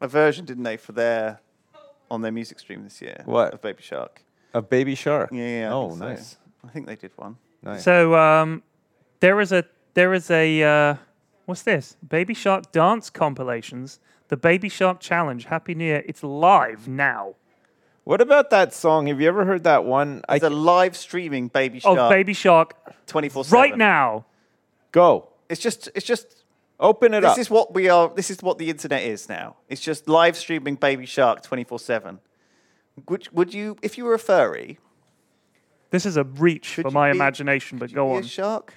B: a version, didn't they, for their on their music stream this year?
C: What?
B: of Baby Shark?
C: A baby shark.
B: Yeah, yeah. I
C: oh,
B: think so.
C: nice.
B: I think they did one.
C: Nice.
D: So um, there is a there is a uh, what's this? Baby Shark dance compilations. The Baby Shark Challenge. Happy New Year. It's live now.
C: what about that song? Have you ever heard that one? I
B: It's a live streaming Baby
D: Of
B: Shark
D: Oh, Baby Shark
B: twenty four
D: right now.
C: go.
B: It's just it's just
C: Open it
B: this
C: up.
B: is what we are this is what the internet is now. It's just live streaming Baby Shark twenty four seven. Would would you if you were a furry?
D: This is a reach
B: Could
D: for
B: you
D: my
B: be-
D: imagination, but
B: would you
D: go
B: be
D: on.
B: A shark.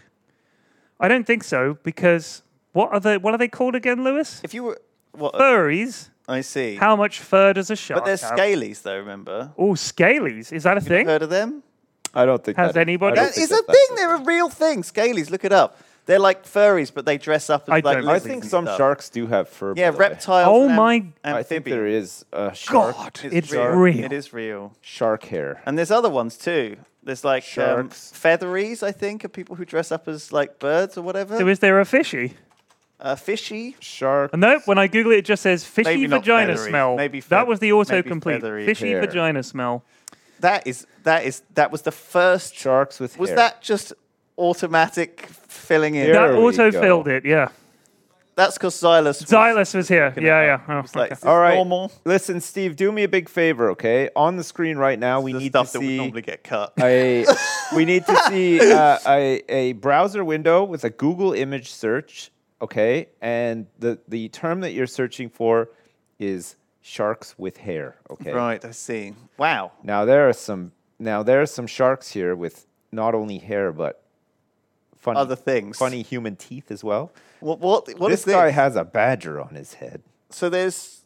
D: I don't think so because what are they? What are they called again, Lewis?
B: If you were what
D: Furries.
B: I see.
D: How much fur does a shark
B: but they're
D: have?
B: scalies though. Remember.
D: Oh, scalies. Is that a thing?
B: Heard of them?
C: I don't think
D: Has
C: that- I
D: anybody-
C: don't
B: That
C: think
B: is a
C: that- that's
B: thing. They're a real thing. Scalies. Look it up. They're like furries, but they dress up as
D: I
B: like.
D: don't
C: I
D: believe
B: lizards
C: think
B: and
C: some
B: stuff.
C: sharks do have fur.
B: Yeah,
C: by the way.
B: reptiles.
D: Oh
B: and am-
D: my-
C: I think
B: amphibian.
C: there is a shark.
D: It's real.
B: It is real.
C: Shark hair.
B: And there's other ones too. There's like um,
C: Sharks.
B: featheries, I think, of people who dress up as like birds or whatever.
D: So is there a fishy?
B: uh, fishy.
C: Shark.
D: No, when I Google it, it just says fishy
B: Maybe not
D: vagina
B: feathery.
D: smell.
B: Maybe
D: that
B: feath-
D: was the
B: maybe
D: autocomplete.
B: feathery
D: Fishy
C: hair.
D: vagina smell.
B: That is that is that was the first.
C: Sharks with
B: Was
C: hair.
B: that just automatic filling in?
C: There
D: that
C: we
D: auto filled
C: go.
D: it, yeah.
B: That's because Xylus. Was,
D: Xylus was here. Yeah, yeah. Oh,
B: was like,
D: okay.
B: is this
C: All right.
B: normal.
C: Listen, Steve, do me a big favor, okay? On the screen right now, we
B: The
C: need
B: stuff
C: to
B: that would
C: see
B: normally get cut.
C: a we need to see uh, a a browser window with a Google image search, okay? And the the term that you're searching for is sharks with hair, okay?
B: Right, I see. Wow.
C: Now there are some now there are some sharks here with not only hair but funny
B: Other things.
C: funny human teeth as well.
B: What what what
C: this
B: is
C: guy has a badger on his head.
B: so there's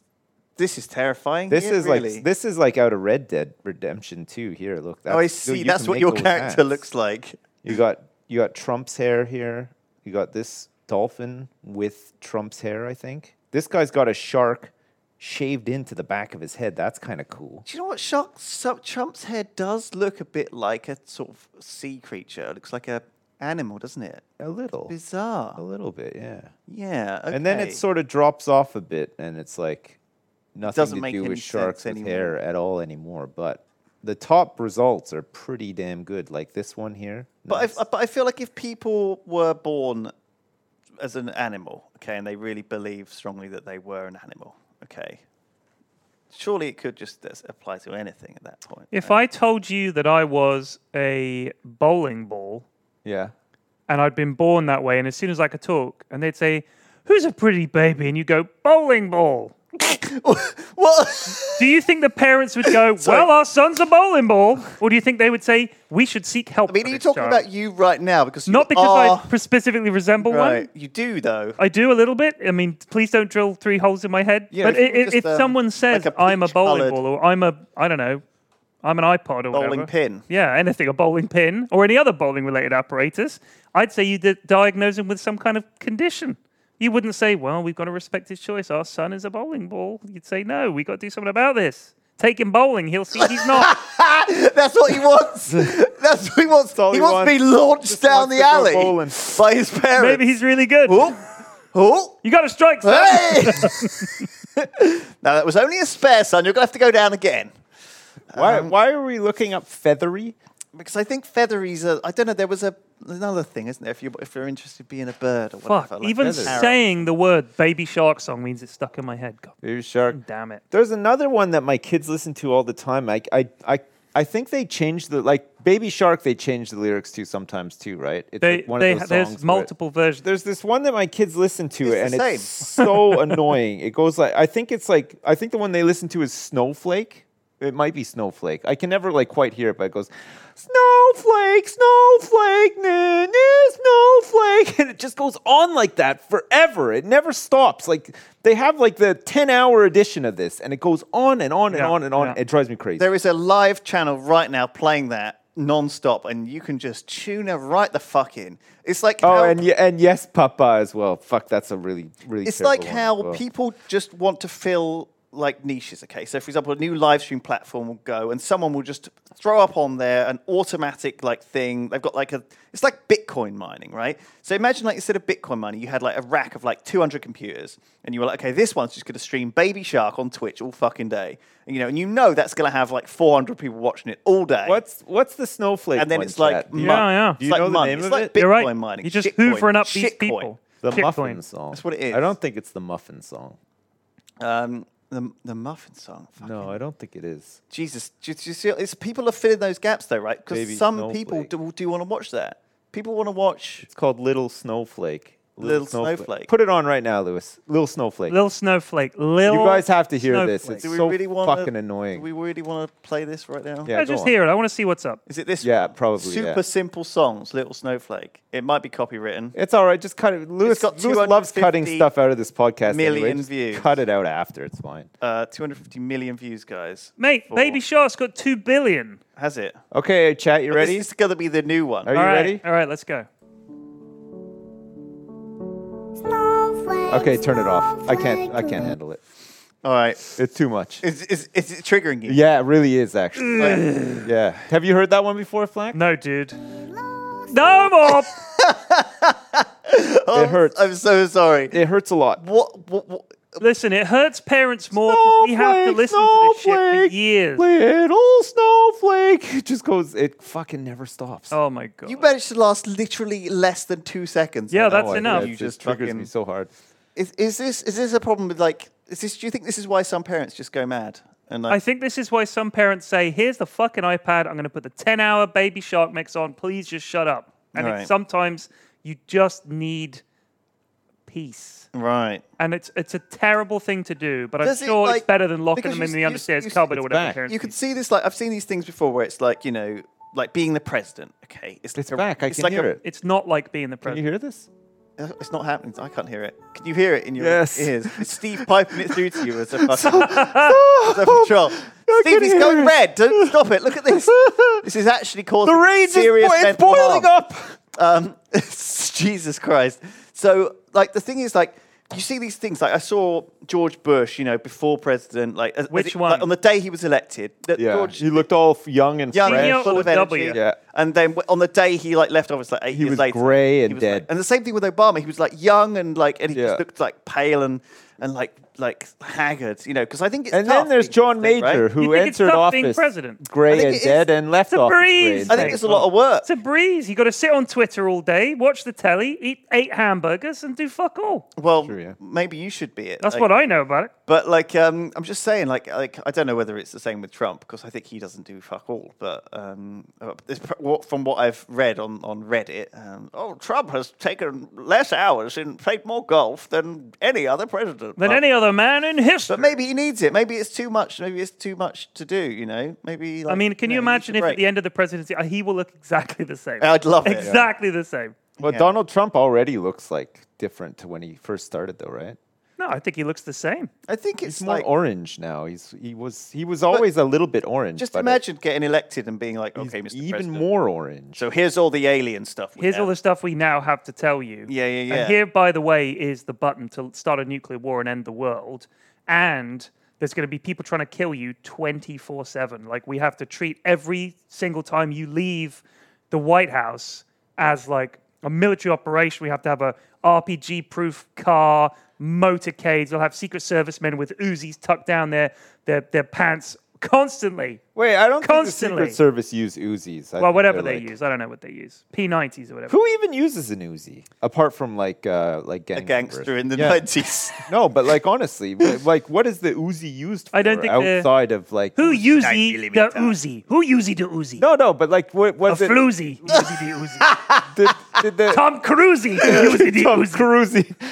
B: this is terrifying.
C: This
B: yeah,
C: is
B: really.
C: like this is like out of Red Dead Redemption 2 here. Look, that's,
B: Oh, I
C: dude,
B: see.
C: you
B: That's
C: can
B: what
C: make
B: your
C: those
B: character
C: hats.
B: looks like.
C: You got you got Trump's hair here. You got this dolphin with Trump's hair, I think. This guy's got a shark shaved into the back of his head. That's kind of cool.
B: Do you know what shark? So Trump's head does look a bit like a sort of sea creature. It looks like a animal, doesn't it?
C: A little. A
B: Bizarre.
C: little bit, yeah.
B: Yeah. Okay.
C: And then it sort of drops off a bit, and it's like nothing
B: doesn't
C: to
B: make
C: do
B: any
C: with sharks
B: sense
C: with
B: anymore.
C: hair at all anymore. But the top results are pretty damn good, like this one here.
B: But
C: nice.
B: I, but I feel like if uh, people were born as an animal, okay, and they really believe strongly that they were an animal, okay, surely it could just uh, apply to anything at that point.
D: If I told you that I was a bowling ball
C: yeah.
D: and I'd been born that way, and as soon as I could talk, and they'd say, Who's a pretty baby? And you go, Bowling ball.
B: what?
D: Do you think the parents would go, Well, our son's a bowling ball? Or do you think they would say, We should seek help?
B: I mean,
D: for
B: are you
D: this
B: talking
D: child?"
B: about you right now? Because you
D: um, Not because
B: are,
D: I pre- specifically resemble one.
B: right. You do though.
D: I do a little bit. I mean, please don't drill three holes in my head.
B: Yeah,
D: but
B: if
D: if,
B: you
D: if,
B: just, um,
D: someone
B: like
D: says
B: a
D: I'm a bowling
B: peach-coloured-
D: ball or I'm a, I don't know, I'm an iPod or
B: Bowling
D: whatever.
B: pin.
D: Yeah, anything, a bowling pin or any other bowling related apparatus, I'd say you did diagnose him with some kind of condition. You wouldn't say, well, we've got to respect his choice. Our son is a bowling ball. You'd say, no, we got to do something about this. Take him bowling. He'll see he's not.
B: That's what he wants. That's what he wants.
C: all
B: he
C: he
B: wants to be launched down
C: wants
B: the
C: to go
B: alley
C: bowling.
B: by his parents.
D: Maybe he's really good.
B: Oh, oh,
D: You got to strike, son.
B: hey! now that was only a spare, son. You're gonna have to go down again
C: Why, why are we looking up feathery?
B: because I think featheries are. I don't know. There was a another thing, isn't there? If you if you're interested in being a bird or whatever.
D: Fuck,
B: like
D: even
B: a parrot.
D: saying the word baby shark song means it's stuck in my head. God
C: Baby shark.
D: damn it.
C: There's another one that my kids listen to all the time. I, I, I, I think they changed the like Baby Shark. They changed the lyrics to sometimes too, right? It's
D: They,
C: like one
D: they,
C: of those
D: there's
C: songs where it-
D: multiple versions.
C: There's this one that my kids listen to,
B: It's
C: and
B: the
C: it's so annoying. It goes like I think it's like I think the one they listen to is Snowflake. It might be Snowflake. I can never like quite hear it, but it goes Snowflake, Snowflake, nah, nah, Snowflake, and it just goes on like that forever. It never stops. Like they have like the ten-hour edition of this, and it goes on and on and
D: Yeah,
C: on and on.
D: yeah.
C: It drives me crazy.
B: There is a live channel right now playing that non-stop, and you can just tune her right the fuck in. It's like
C: Oh,
B: how-
C: and ye- and yes, Papa as well. Fuck, that's a really really.
B: it's
C: terrible
B: like
C: one as
B: how
C: well.
B: people just want to fill like niches, okay? So, for example, a new live stream platform will go and someone will just throw up on there an automatic like thing. They've got like a, it's like Bitcoin mining, right? So imagine like instead of Bitcoin mining, you had like a rack of like 200 computers and you were like, okay, this one's just going to stream Baby Shark on Twitch all fucking day. And, you know, and you know that's going to have like 400 people watching it all day.
C: What's what's the snowflake?
B: And then
C: one,
B: it's like,
C: Chad?
B: month.
D: Yeah, yeah.
B: It's
D: Do you
B: like
C: know the
B: month.
C: name
B: It's
C: of
B: like
C: it?
B: Bitcoin
D: You're right.
B: mining.
D: You're just
B: Shitcoin.
D: hoovering up these
B: Shitcoin.
D: people.
C: the
D: Shitcoin.
C: muffin song.
B: That's what it
C: I
B: is.
C: don't think it's the muffin song.
B: Um, the, the muffin song. Fuck.
C: No, I don't think it is.
B: Jesus, do, do you see? It's people are filling those gaps though, right?
C: Baby
B: Because some people
C: snowflake.
B: do, do want to watch that. People want to watch.
C: It's called Little Snowflake.
B: Little Snowflake.
C: Put it on right now, Lewis. Little Snowflake.
D: Lil Snowflake. Lil
C: you guys have to hear this.
D: Snowflake.
C: It's
B: Do we
C: so
B: really want?
C: fucking annoying.
B: Do we really want to play this right now?
C: Yeah. go
D: I just
C: on.
D: hear it. I want to see what's up.
B: Is it this?
C: Yeah,
B: one?
C: probably,
B: Super
C: yeah.
B: simple songs, Little Snowflake. It might be copywritten.
C: It's all right. Just cut it. Lewis,
B: got
C: Lewis loves cutting
B: 250
C: stuff out of this podcast. anyway.
B: million
C: Just
B: views.
C: Cut it out after. It's fine.
B: Uh, 250 million views, guys.
D: Mate,
B: For-
D: Baby Shark's got 2 billion.
B: Has it?
C: Okay, chat. You ready?
B: This is going to be the new one.
C: Are you
D: All right,
C: ready?
D: All right, let's go.
C: Okay, turn it off. I can't. I can't handle it.
B: All right.
C: It's too much.
B: Is, is, is it triggering you?
C: Yeah, it really is actually. yeah. Have you heard that one before, Flack?
D: No, dude. No more.
C: it hurts.
B: I'm so sorry.
C: It hurts a lot.
B: What, what, what?
D: Listen, it hurts parents more because we have to
C: Snowflake,
D: listen to this shit
C: snowflake,
D: for years.
C: Little snowflake. It just goes. It fucking never stops.
D: Oh my god.
B: You managed to last literally less than two seconds.
D: Yeah,
B: now.
D: that's
C: Oh, I-
D: enough.
C: it
B: You
C: just
B: just
C: triggers
B: fucking-
C: me so hard.
B: Is, is this is this a problem with like is this? Do you think this is why some parents just go mad and
D: I
B: like
D: think this is why some parents say, "Here's the fucking iPad. I'm going to put the 10-hour Baby Shark mix on. Please just shut up." And
B: Right.
D: it's sometimes you just need peace,
B: right?
D: and it's it's a terrible thing to do. But
B: Does it,
D: I'm sure
B: like-
D: it's better than locking
B: because
D: them
B: you
D: in
B: s-
D: the
B: you s-
D: understairs
B: you s-
D: cupboard or
B: it's
D: whatever.
C: back.
D: Parents
B: You
D: do.
B: can see this like I've seen these things before where it's like you know like being the president. Okay,
C: It's
B: like a-
C: back. I
B: it's
C: can
B: like
C: hear
B: a-
C: it.
D: It's not like being the
C: Can you
D: president.
C: hear this?
B: Uh, It's not happening. I can't hear it. Can you hear it in your
C: Yes.
B: ears? It's Steve piping it through to you as a fucking as a patrol.
C: oh, I
B: Steve,
C: can
B: he's
C: hear
B: going
C: it.
B: red. Don't stop it. Look at this. This is actually causing
C: The rage is
B: serious
C: bo- it's
B: mental
C: boiling
B: harm.
C: up.
B: Um, Jesus Christ. So, like, the thing is, like, you see these things. Like, I saw George Bush, you know, before president, like, as- as
D: Which
B: it-
D: one?
B: like, on the day he was elected. that
C: Yeah.
B: George,
C: he looked all f- young and
B: young,
D: Senior
B: and
C: fresh.
B: full
D: or
B: of energy.
D: W?
C: Yeah.
B: And then w- on the day he like left office, like eight
C: He
B: years
C: was
B: later,
C: grey
B: he
C: and
B: was, like-
C: dead.
B: and the same thing with Obama. He was like young and like, and he
C: Yeah.
B: just looked like pale and and like like haggard, you know. Because I think it's
C: And
B: tough
C: then there's
B: being
C: John
B: president, right?
C: Major, who
D: You think it's
C: entered
D: tough being
C: office
D: president?
B: I
C: grey
B: think
C: and
B: it is.
C: dead and left
D: a
C: office grey
D: breeze.
C: and
B: I
C: dead.
B: think it's a lot of work.
D: It's a breeze. You got to sit on Twitter all day, watch the telly, eat eight hamburgers, and do fuck all.
B: Well,
C: True, yeah.
B: maybe you should be it.
D: That's
B: like-
D: what I know about it.
B: But like, um, I'm just saying, like, like I don't know whether it's the same with Trump because I think he doesn't do fuck all. But um, uh, it's pr- what- from what I've read on on Reddit, um, oh, Trump has taken less hours and played more golf than any other president.
D: Than
B: Well,
D: any other man in history.
B: But maybe he needs it. Maybe it's too much. Maybe it's too much to do. You know. Maybe. Like,
D: I mean, can you
B: know, he
D: imagine
B: needs
D: if
B: a
D: at the
B: break.
D: end of the presidency, uh, he will look exactly the same?
B: I'd love it.
D: Exactly the same.
C: Well,
B: Yeah.
C: Donald Trump already looks like different to when he first started, though, right?
D: No, I think he looks the same.
B: I think it's
C: He's more
B: like
C: orange now. He's he was he was always a little bit orange.
B: just
C: but
B: imagine getting elected and being like,
C: he's
B: okay, Mr.
C: even
B: President,
C: more orange.
B: So here's all the alien stuff. we
D: Here's all
B: have."
D: the stuff we now have to tell you.
B: Yeah, yeah, yeah.
D: And here, by the way, is the button to start a nuclear war and end the world. And there's going to be people trying to kill you 24 7. Like, we have to treat every single time you leave the White House as like a military operation. We have to have a RPG proof car, motorcades. They'll have Secret Service men with Uzis tucked down their, their, their pants constantly.
C: Wait, I don't
D: Constantly.
C: think the Secret Service use Uzis. I
D: Well,
C: think
D: whatever
C: they're
D: they
C: like-
D: use. I don't know what they use. P90s or whatever.
C: Who even uses an Uzi apart from like uh like gang
B: a gangster
C: members?
B: in the
C: Yeah.
B: 90s.
C: No, but like honestly, wh- like what is the Uzi used for?
D: I don't think the-
C: outside of like
D: Who Uzi the
B: millimeter.
D: Uzi? Who Uzi the Uzi?
C: No, no, but like what
D: a
C: was it?
D: floozy. Uzi the Uzi.
C: Did, did the
D: Tom Cruise the Uzi the
C: Tom
D: Uzi.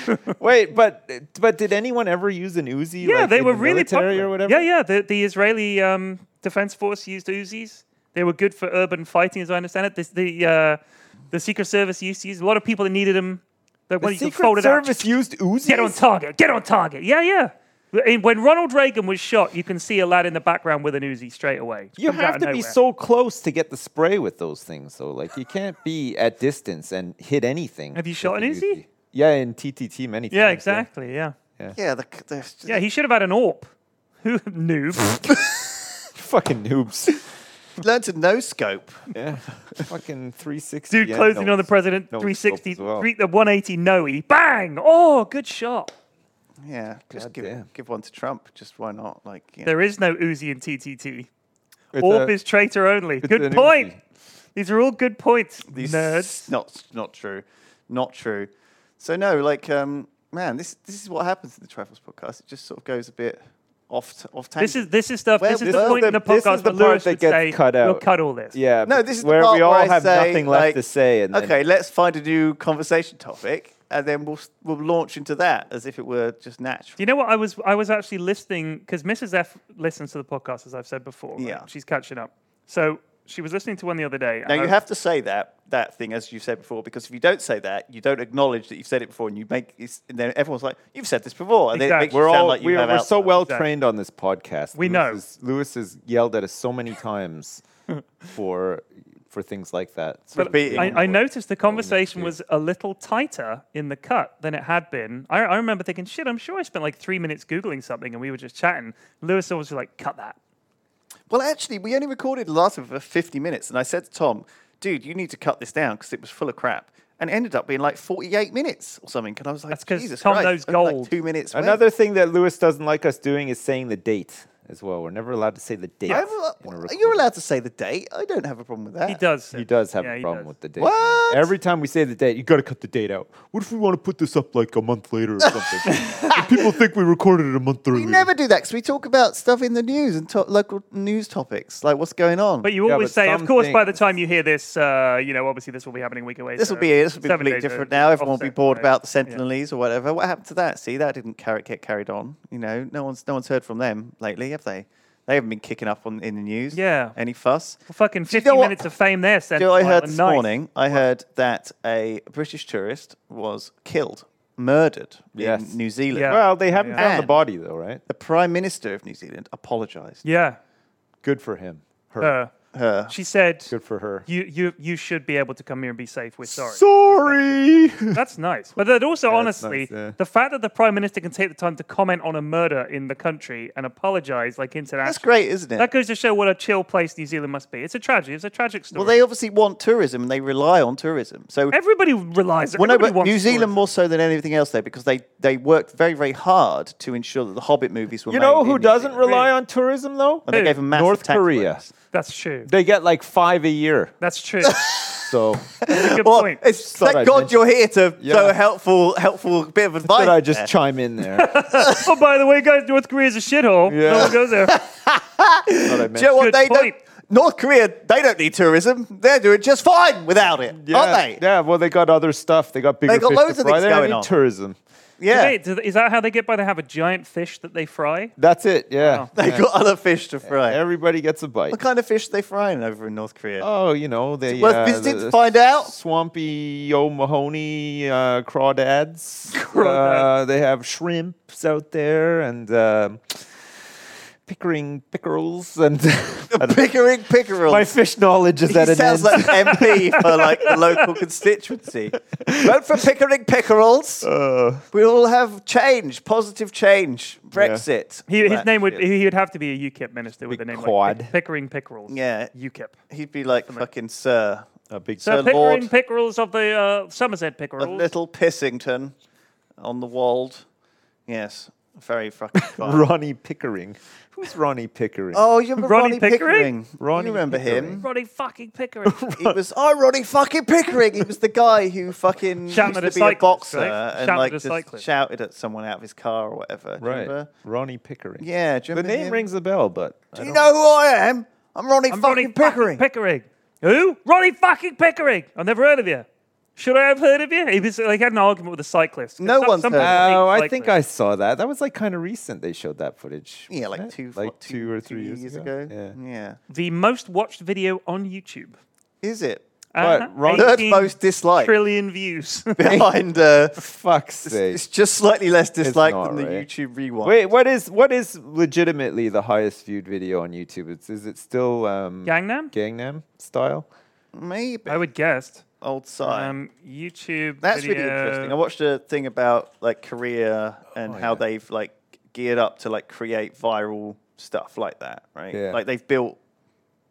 C: Cruise. Wait, but but did anyone ever use an Uzi?
D: Yeah,
C: like,
D: they
C: in
D: were
C: the
D: really
C: military
D: popular.
C: or whatever.
D: Yeah, yeah. The, the Israeli um, Defense Force used Uzis. They were good for urban fighting, as I understand it. This, the uh, the Secret Service used to use. A lot of people that needed them. That
C: The
D: when you could
C: Secret
D: fold it
C: Service
D: out,
C: used Uzi.
D: get on target. Get on target. Yeah, yeah. And When Ronald Reagan was shot, you can see a lad in the background with an Uzi straight away. It
C: You
D: comes out
C: have
D: of
C: to be
D: nowhere.
C: so close to get the spray with those things, though. Like you can't be at distance and hit anything.
D: Have you
C: with
D: shot
C: the
D: an Uzi?
C: Yeah, in TTT many times.
D: Yeah, exactly. Yeah.
B: yeah, the, the,
D: Yeah, he should have had an AWP. Who noob?
C: Fucking noobs.
B: Learn to no scope.
C: yeah. Fucking 360.
D: Dude
C: yeah,
D: closing
C: no,
D: on the president,
C: no, it's
D: Three
C: up as well.
D: three, the 180 Noe. Bang! Oh, good shot.
B: Yeah, just give,
C: Goddamn.
B: give one to Trump. Just why not? Like, you know.
D: There is no Uzi and TTT.
C: it's
D: Orb
C: a-
D: is traitor only.
C: it's
D: Good
C: an
D: point.
C: Uzi.
D: These are all good points,
B: These-
D: nerds.
B: Not not true, not true. So no, like um, man, this this is what happens in the Trifles podcast. It just sort of goes a bit off t- off tangent.
D: This is this is stuff.
B: Well,
D: this is
B: this
D: the
B: is
D: point
C: the-
D: in the
C: this is
D: podcast
C: the
D: where
C: part
D: Lewis
C: that
D: would
C: gets
D: say,
C: cut
D: "We'll
C: out."
D: cut all this."
C: Yeah.
B: no,
C: but
B: this is the
C: where
B: part
C: we all
B: where I
C: have
B: say,
C: nothing left
B: like,
C: to say. And then-
B: okay, let's find a new conversation topic, and then we'll s- we'll launch into that as if it were just natural.
D: Do you know what I was? I was actually listening because Mrs. F listens to the podcast as I've said before. right?
B: Yeah.
D: she's catching up. So she was listening to one the other day.
B: Now
D: and
B: you
D: I-
B: have to say that that thing as you said before, because if you don't say that, you don't acknowledge that you've said it before, and you make it's, and then everyone's like, "You've said this before," and then it
D: Exactly.
B: makes you
C: We're
B: sound
C: all
B: like you
C: we're,
B: have
C: we're so
B: Alzheimer's.
C: well
D: Exactly.
C: trained on this podcast.
D: We
C: Lewis
D: know.
C: Is, Lewis has yelled at us so many times for for things like that. So
B: But Repeating
D: I, I
C: what-
B: Oh,
D: noticed the conversation
C: too.
D: was a little tighter in the cut than it had been. I, I remember thinking, "Shit, I'm sure I spent like three minutes googling something," and we were just chatting. Lewis was like, "Cut that."
B: Well, actually, we only recorded the last of it for 50 minutes, and I said to Tom, dude, you need to cut this down because it was full of crap. And it ended up being like 48 minutes or something. And I was like,
D: That's 'cause
B: Jesus
D: Tom
B: Christ,
D: knows
B: only like
D: gold.
B: two minutes. away."
C: Another thing that Lewis doesn't like us doing is saying the date as well. We're never allowed to say the date.
B: I'm-
C: in a
B: you're
C: recording.
B: allowed to say the date. I don't have a problem with that.
D: He does.
C: He does have
D: Yeah,
C: a
D: he
C: problem
D: does.
C: with the date.
B: What?
C: Every time we say the date, you got to cut the date out. What if we want to put this up like a month later or something? And people think we recorded it a month earlier.
B: We never do that because we talk about stuff in the news and to- local news topics, like what's going on.
D: But you
C: Yeah,
D: always
C: but
D: say, of
C: some
D: course, by the
C: things-
D: time you hear this, uh, you know, obviously this will be happening a week away.
B: this
D: so
B: will be this will be
D: seven
B: completely
D: days, uh,
B: different now. Everyone will be
D: offset,
B: bored
D: right?
B: about the
D: Yeah.
B: Sentinelese or whatever. What happened to that? See, that didn't carry, get carried on. You know, no one's no one's heard from them lately, have they? They haven't been kicking up on in the news.
D: Yeah.
B: Any fuss?
D: Well, fucking
B: Do you
D: 50
B: know what-
D: minutes of fame there, Seth.
B: Do you know what I heard this
D: nice.
B: morning? I heard that a British tourist was killed, murdered
C: Yes.
B: in New Zealand.
D: Yeah.
C: Well, they haven't
B: Yeah.
C: found the
B: And-
C: body though, right?
B: The Prime Minister of New Zealand apologised.
D: Yeah.
C: Good for him. Her.
D: Uh,
B: Her.
D: she said,
C: Good for her.
D: you, you, you should be able to come here and be safe. We're sorry.
C: Sorry.
D: That's nice. But that also,
C: that's
D: honestly,
C: nice, yeah.
D: the fact that the Prime Minister can take the time to comment on a murder in the country and apologize, like internationally.
B: That's great, isn't it?
D: That goes to show what a chill place New Zealand must be. It's a tragedy. It's a tragic story.
B: well, they obviously want tourism and they rely on tourism. So
D: Everybody relies.
B: Well, no,
D: everybody
B: but
D: wants
B: New Zealand
D: tourism.
B: more so than anything else, though, because they, they worked very, very hard to ensure that the Hobbit movies were
C: You
B: made
C: know
B: in
C: who
B: New
C: doesn't
B: Zealand.
C: rely on tourism though?
B: And they
D: Who?
B: gave them massive
C: North
B: tax
C: Korea.
B: breaks.
D: That's true.
C: They get like five a year.
D: That's true.
C: So
D: Good
B: Well,
D: point.
B: it's,
C: thought
B: thank
C: I'd
B: God
C: mention-
B: you're here to
C: Yeah.
B: throw a helpful, helpful bit of advice.
C: thought I just
B: there.
C: chime in there. Thought
D: oh, by the way, guys, North Korea's a shithole. No
C: Yeah.
D: one goes there.
C: I
B: Do you know
C: mentioned-
B: what
D: Good
B: they
D: point.
B: don't? North Korea, they don't need tourism. They're doing just fine without it,
C: yeah,
B: aren't they?
C: yeah, well, they got other stuff. They got bigger
B: got
C: fish
B: loads
C: to
B: of
C: fry.
B: things
C: they don't
B: going
C: need
B: on.
C: tourism.
B: Yeah,
D: Wait, do they- is that how they get by? They have a giant fish that they fry.
C: That's it. Yeah.
B: they got other fish to fry.
C: Everybody gets a bite.
B: What kind of fish are they frying over in North Korea?
C: Oh, you know, they
B: worth
C: uh,
B: visiting to
C: the
B: find out?
C: Swampy O'Mahony uh, crawdads.
D: Crawdads.
C: Uh, they have shrimps out there and um pickering pickerels and I don't-
B: Pickering pickerel.
C: my fish knowledge is
B: he
C: at an
B: sounds
C: end.
B: like an MP for like the local constituency. Vote for Pickering Pickerels.
C: Uh,
B: We all have change, positive change. Brexit.
D: He,
B: all
D: his
B: that
D: name would
B: shit.
D: he would have to be a UKIP minister with
C: Big
D: a name like
C: quad.
D: Pick- Pickering Pickerels.
B: Yeah.
D: UKIP.
B: He'd be like fucking Sir,
C: a big
D: So
B: Sir
D: Pickering
B: Lord.
D: Pickerels of the uh, Somerset
B: a
D: Pickerels.
B: little Pissington on the Wold. Yes, very fucking fine.
C: Ronnie Pickering. Who's Ronnie Pickering?
B: Oh, you remember Ronnie,
D: Ronnie Pickering?
B: Pickering?
C: Ronnie
B: you remember
C: Pickering.
B: him?
D: Roddy fucking Pickering.
B: He was oh Ronnie fucking Pickering. He was the guy who fucking
D: Shouted
B: used
D: at
B: to be
D: cyclists,
B: a boxer
D: right?
B: and
D: Shouted
B: like
D: at
B: just
D: cyclists.
B: shouted at someone out of his car or whatever. Do you
C: right.
B: remember?
C: Ronnie Pickering.
B: Yeah, do you
C: The
B: remember
C: name
B: him?
C: rings a bell, but I
B: Do you
C: don't-
B: know who I am? I'm Ronnie
D: I'm Roddy
B: fucking Pickering.
D: Pickering. Who? Roddy fucking Pickering. I've never heard of you. Should I have heard of you? He was like had an argument with a cyclist. 'Cause
B: No one's heard
D: people
B: of
D: hate
C: Oh, I think I
D: cyclists.
C: saw that. That was like kind of recent. They showed that footage.
B: yeah, like
C: wasn't it?
B: two, Mm.
C: like
B: what,
C: two, or three years, ago. Yeah.
B: Yeah.
D: the most watched video on YouTube.
B: Is it
C: Right,
D: Uh-huh.
C: Roddy-
B: Third
D: 18
B: most disliked.
D: Trillion views.
B: behind? Uh,
C: Fuck's sake.
B: it's just slightly less disliked
C: not,
B: than the
C: right?
B: YouTube rewind.
C: Wait, what is what is legitimately the highest viewed video on YouTube? It's, is it still um,
D: Gangnam?
C: Gangnam style?
B: maybe
D: I would guess.
B: old side.
D: Um, YouTube.
B: That's
D: video.
C: Oh,
B: really interesting. I watched a thing about like Korea and how they've like geared up to like create viral stuff like that, right?
C: Yeah.
B: Like they've built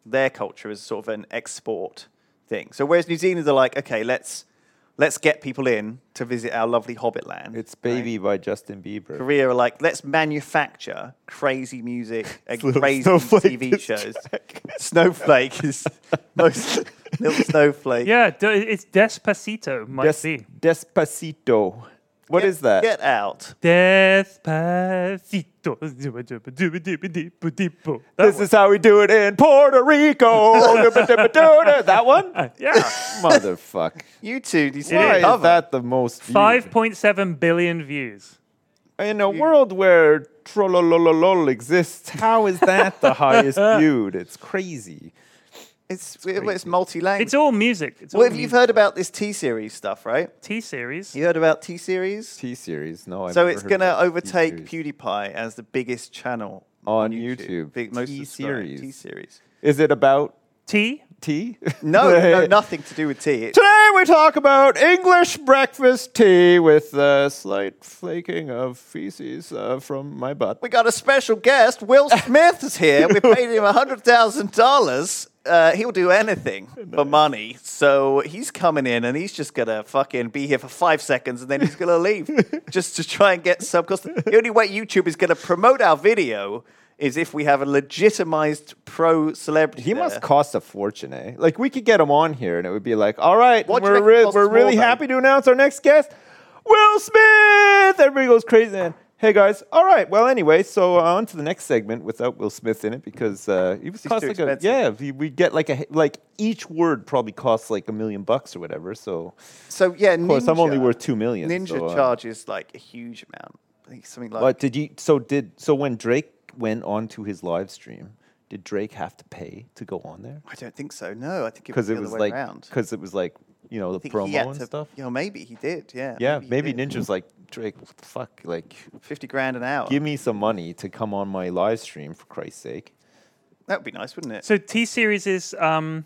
B: their culture as sort of an export thing. So whereas New Zealanders are like, okay, let's let's get people in to visit our lovely Hobbit land.
C: It's Baby by Justin Bieber.
B: Korea are like, let's manufacture crazy music and
C: Little
B: crazy
C: Snowflake
B: TV
C: diss
B: shows. Snowflake is most little snowflake.
D: Yeah, d- it's Despacito, might
C: Des-
D: be.
C: Despacito. What
B: Get-
C: is that?
B: Get out.
D: Despacito. That
C: This is how we do it in Puerto Rico. that one?
D: one. yeah.
C: Motherfuck.
B: You two, these
C: Why
B: are
C: is
B: covered.
C: that the most viewed?
D: 5.7 billion views.
C: in a world where Trollololol exists? How is that the highest viewed? It's crazy.
B: It's, it's multi-language.
D: It's all music. It's all
B: well, if you've
D: music.
B: heard about this T series stuff, right?
D: T series.
B: You heard about T series?
C: T series, no. I've
B: So
C: never
B: it's
C: heard
B: going to
C: about
B: overtake
C: T-series.
B: PewDiePie as the biggest channel
C: On YouTube.
B: Big, most
C: T
B: T-series.
C: series.
B: T series.
C: Is it about
D: T.
C: tea?
B: No, no, nothing to do with tea. It's
C: Today we talk about English breakfast tea with a slight flaking of feces uh, from my butt.
B: we got a special guest. Will Smith is here. We paid him hundred thousand uh, dollars. He'll do anything for money. So he's coming in, and he's just gonna fucking be here for five seconds, and then he's gonna leave just to try and get some. Because the only way YouTube is gonna promote our video is if we have a legitimized pro celebrity.
C: He
B: there.
C: must cost a fortune, eh? Like we could get him on here, and it would be like, all right,
B: What do you
C: we're
B: reckon it
C: re-
B: costs
C: we're
B: more,
C: really
B: though?
C: happy to announce our next guest, Will Smith. Everybody goes crazy. And, hey guys, all right. Well, anyway, so uh, on to the next segment without Will Smith in it because uh, he was
B: He's
C: cost
B: too
C: like a,
B: expensive.
C: yeah. We, we get like a like each word probably costs like a million bucks or whatever. So
B: So yeah,
C: of course, I'm only
B: Ninja-
C: worth two million.
B: Ninja
C: so, uh,
B: charges like a huge amount. I think something like
C: But did you? So did so when Drake went on to his live stream, did Drake have to pay to go on there?
B: I don't think so. No, I think it was
C: because
B: the
C: it was
B: other way
C: like
B: around.
C: because it was like you know the
B: think he had
C: promo and
B: to-
C: stuff.
B: You know, maybe he did. Yeah.
C: Yeah,
B: he
C: maybe,
B: did.
C: Ninja's like Drake. What the fuck? Like,
B: fifty grand an hour.
C: give me some money to come on my live stream for Christ's sake.
B: that would be nice, wouldn't it? So,
D: So T series is um,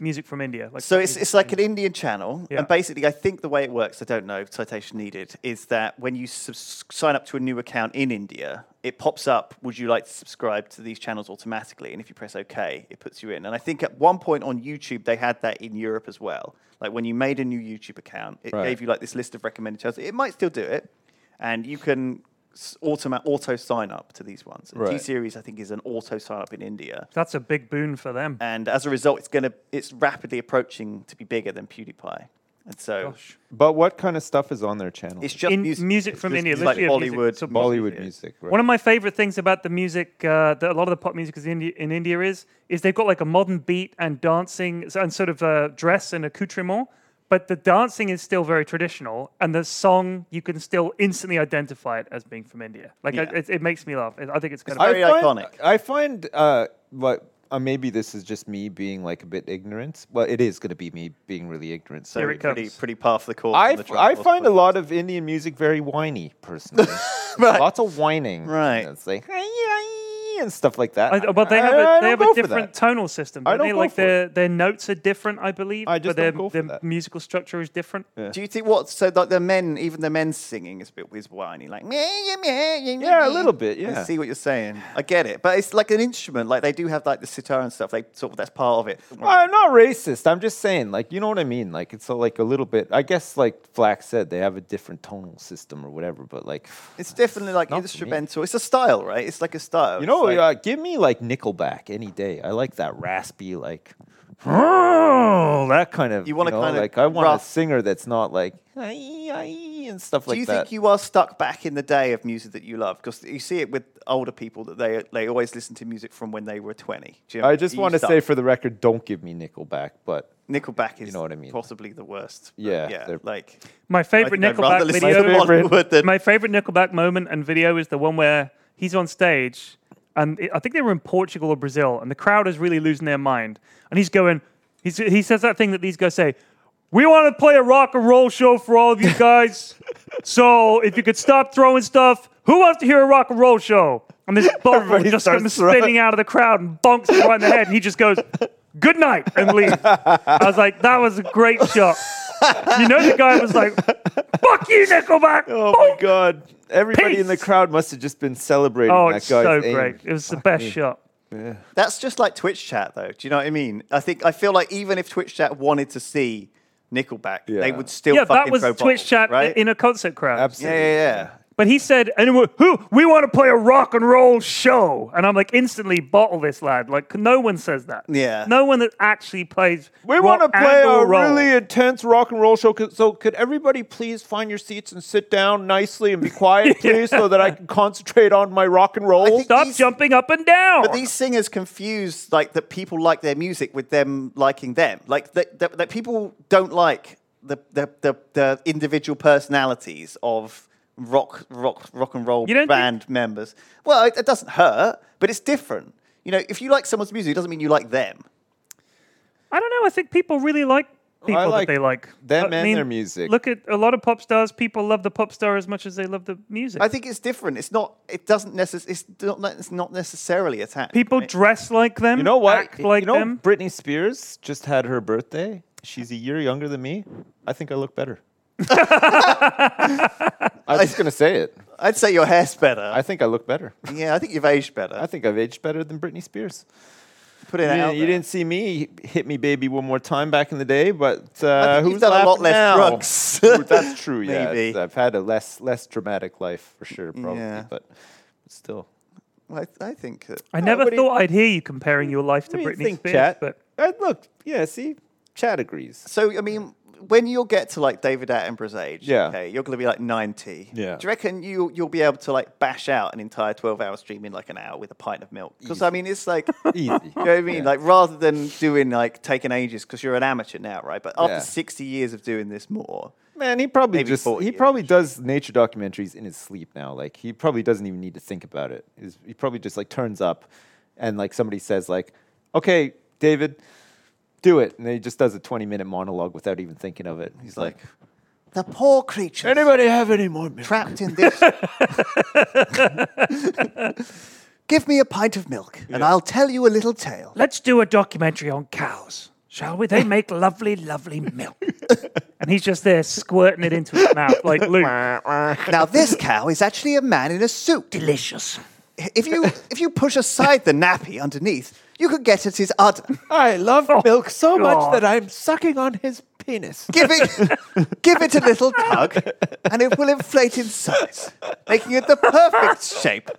D: music from India. Like
B: it's it's like an Indian channel,
D: Yeah.
B: and basically, I think the way it works, I don't know, citation needed, is that when you subs- sign up to a new account in India, it pops up, would you like to subscribe to these channels automatically? And if you press OK, it puts you in. And I think at one point on YouTube, they had that in Europe as well. Like when you made a new YouTube account, it
C: Right.
B: gave you like this list of recommended channels. It might still do it, and you can. s- automa- auto sign up to these ones.
C: Right.
B: T series, I think, is an auto sign up in India.
D: that's a big boon for them.
B: and as a result, it's gonna it's rapidly approaching to be bigger than PewDiePie, and so
D: Gosh.
C: But what kind of stuff is on their channel?
B: it's just
D: In-
B: music,
D: music from
B: just
D: India,
B: music. like
D: literally of
B: Bollywood,
D: music. So
C: Bollywood music. Right?
D: One of my favorite things about the music uh, that a lot of the pop music is in India, in India is is they've got like a modern beat and dancing s- and sort of uh, dress and accoutrement, but the dancing is still very traditional, and the song you can still instantly identify it as being from India. Like I,
B: Yeah.
D: it, it makes me laugh. I think it's kind
B: I-
D: of
B: very
C: find,
B: iconic.
C: I find uh, what. Uh, maybe this is just me being like a bit ignorant. Well, it is going to be me being really ignorant. So
B: So
D: Here it
B: pretty,
D: comes.
B: pretty par for the course. on
C: I,
B: the
C: f-
B: drum
C: I
B: roll.
C: find a lot of Indian music very whiny, personally. Lots of whining.
B: Right.
C: It's like, "Ay, ay," and stuff like that.
D: I, but they have
C: I- I
D: a,
C: don't
D: they have
C: go
D: a
C: for that.
D: different tonal system.
C: I
D: don't they?
C: don't go
D: Like
C: for
D: their their notes are different, I believe.
C: I just
D: but their,
C: don't go for
D: their
C: that.
D: musical structure is different.
B: Do you think what? So like the men, even the men singing is a bit is whiny, like meh, yeah, meh, yeah,
C: Yeah, a
B: meh.
C: little bit,
B: I
C: yeah.
B: see what you're saying. I get it, but it's like an instrument. Like they do have like the sitar and stuff. They sort of that's part of it.
C: I'm not racist. I'm just saying, like, you know what I mean? Like, it's a, like a little bit. I guess, like Flack said, they have a different tonal system or whatever. But like,
B: It's definitely like
C: Not for me.
B: instrumental. It's a style, right? It's like a style.
C: you
B: It's
C: know,
B: like,
C: uh, give me like Nickelback any day. I like that raspy, like, that kind of.
B: You wanna
C: know,
B: kinda
C: like? I want
B: rough-
C: a singer that's not like "Ay, ay," and stuff like
B: do you
C: that.
B: think you are stuck back in the day of music that you love? Because you see it with older people that they they always listen to music from when they were twenty. Do you know-
C: I just
B: are you
C: want to
B: stuck?
C: say for the record, don't give me Nickelback, but
B: Nickelback is
C: know what I mean.
B: possibly the worst. but
C: Yeah,
B: yeah,
C: they're-
B: like
D: My favorite
B: think I'd rather
D: Nickelback
B: listen to
D: video.
B: Bollywood than-
D: my favorite Nickelback moment and video is the one where he's on stage, and it, I think they were in Portugal or Brazil, and the crowd is really losing their mind, and he's going, he's, he says that thing that these guys say. We want to play a rock and roll show for all of you guys. so if you could stop throwing stuff, who wants to hear a rock and roll show? And this bumper
C: Everybody
D: just comes
C: starts throwing-
D: spinning out of the crowd and bonks him right in the head. And he just goes, good night, and leaves. I was like, that was a great shot. you know, the guy was like, "Fuck you, Nickelback!"
C: Oh my
D: Boom.
C: god! Everybody in the
D: Peace.
C: crowd must have just been celebrating
D: Oh,
C: that
D: it's
C: guy's
D: so
C: aim.
D: great. It was the best shot.
B: That's just like Twitch chat, though. Do you know what I mean? I think I feel like even if Twitch chat wanted to see Nickelback, they
C: Yeah.
B: would still
D: yeah,
B: fucking
D: that was
B: throw
D: Twitch
B: bottles,
D: chat
B: right?
D: in a concert crowd.
B: yeah,
C: Absolutely.
B: yeah, yeah.
D: But he said, "And we- who we want to play a rock and roll show?" And I'm like, instantly bottle this lad. Like, no one says that.
B: Yeah.
D: no one that actually plays.
C: We
D: rock
C: want to play
D: and
C: a
D: roll.
C: really intense rock and roll show. Could- So, could everybody please find your seats and sit down nicely and be quiet, please, so that I can concentrate on my rock and roll?
B: think-
D: stop
B: these-
D: jumping up and down.
B: But these singers confuse like that people like their music with them liking them. Like that, that, that people don't like the, the, the, the individual personalities of rock rock rock and roll
D: You don't think-
B: band members. Well, it, it doesn't hurt, but it's different. You know, if you like someone's music, it doesn't mean you like them.
D: I don't know. I think people really like people
C: like
D: that they like.
C: them
D: I
C: and their music.
D: Look at a lot of pop stars. People love the pop star as much as they love the music.
B: I think it's different. It's not. It doesn't necess- It's not. It's not necessarily attached.
D: people
B: right?
D: dress like them.
C: you know what?
D: Act like
C: you know,
D: them.
C: Britney Spears just had her birthday. She's a year younger than me. I think I look better. I'm just gonna say it.
B: I'd say your hair's better.
C: I think I look better.
B: yeah, I think you've aged better.
C: I think I've aged better than Britney Spears.
B: Put it
C: You
B: out.
C: didn't, you
B: there.
C: didn't see me hit me baby one more time back in the day, but uh,
B: I think
C: who's
B: you've done a lot
C: laughing
B: less
C: now?
B: drugs.
C: Ooh, That's true. Yeah,
B: Maybe.
C: It's- I've had a less less dramatic life for sure, probably,
B: Yeah.
C: but still.
B: I, I think. That,
D: I never
C: what do you-
D: thought I'd hear you comparing your life to
C: What do you
D: Britney
C: think,
D: Spears.
C: Chat?
D: But
C: Uh, look, yeah, see, Chad agrees.
B: So I mean, when you'll get to like David Attenborough's age,
C: Yeah.
B: okay, you're gonna be like ninety.
C: Yeah.
B: Do you reckon you you'll be able to like bash out an entire twelve hour stream in like an hour with a pint of milk? Because I mean, it's like. You
C: Easy.
B: know what I mean? Like, rather than doing like taking ages, because you're an amateur now, right? But after
C: Yeah.
B: 60 years of doing this more,
C: Man, he probably
B: Maybe
C: just
B: 40
C: he
B: years.
C: probably does nature documentaries in his sleep now. Like he probably doesn't even need to think about it. He's, he probably just like turns up, and like somebody says like, "Okay, David, do it," and then he just does a twenty minute monologue without even thinking of it. He's like,
B: the poor creature
C: "Anybody have any more milk?"
B: trapped in this. Give me a pint of milk, and I'll tell you a little tale.
D: let's do a documentary on cows, shall we? They make lovely, lovely milk. and he's just there squirting it into his mouth like Luke.
B: Now, this cow is actually a man in a suit.
D: Delicious.
B: if you if you push aside the nappy underneath, you could get at his udder,
C: I love milk so
D: God.
C: much that I'm sucking on his penis.
B: give it give it a little tug, and it will inflate in size, making it the perfect shape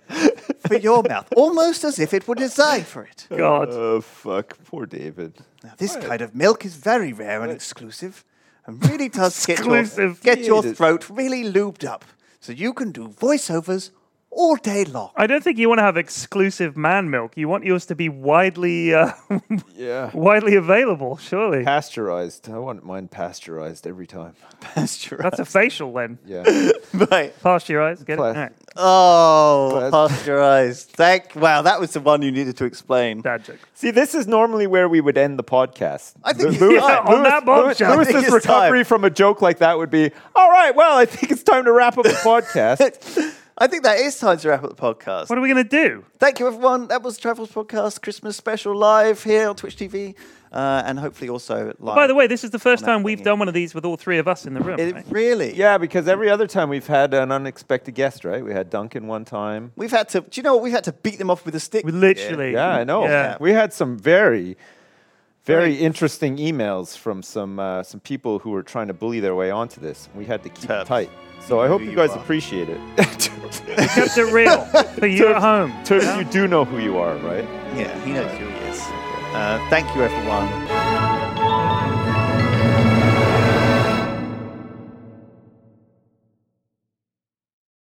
B: for your mouth, almost as if it were designed for it.
D: God.
C: Oh fuck, poor David.
B: Now, this kind of milk is very rare and exclusive, and really does get your,
D: Exclusive.
B: get your
C: Jesus.
B: throat really lubed up, so you can do voiceovers all day long.
D: I don't think you want to have exclusive man milk. You want yours to be widely uh,
C: Yeah.
D: widely available, surely.
C: Pasteurized. I want mine pasteurized every time.
D: That's a facial then.
C: Yeah.
B: right.
D: Past your eyes, get it?
C: Plus-
D: All right.
B: Oh,
C: But-
B: pasteurized. Thank. Wow, that was the one you needed to explain.
D: Dad joke.
C: See, this is normally where we would end the podcast.
B: I think-
C: Lewis-
B: Yeah,
D: on that bombshell.
C: Lewis's
B: I think it's
C: recovery
B: time.
C: from a joke like that would be, all right, well, I think it's time to wrap up the podcast.
B: I think that is time to wrap up the podcast.
D: What are we going to do?
B: Thank you, everyone. That was the Travels Podcast Christmas special live here on Twitch TV, uh, and hopefully also live.
D: By the way, this is the first
B: that
D: time we've
B: thingy.
D: done one of these with all three of us in the room.
B: it,
D: right?
B: really,
C: yeah, because every other time we've had an unexpected guest, right? We had Duncan one time.
B: We've had to. Do you know what? We've had to beat them off with a stick.
D: We literally.
C: Yeah, I know.
D: Yeah.
C: We had some very, very interesting emails from some uh, some people who were trying to bully their way onto this. We had to keep
B: Terps.
C: it tight. So I hope you,
B: you
C: guys
B: are.
C: appreciate it.
D: Kept it real for you at home.
C: Terps, you do know who you are, right?
B: Yeah, he knows who he is. Uh, thank you, everyone.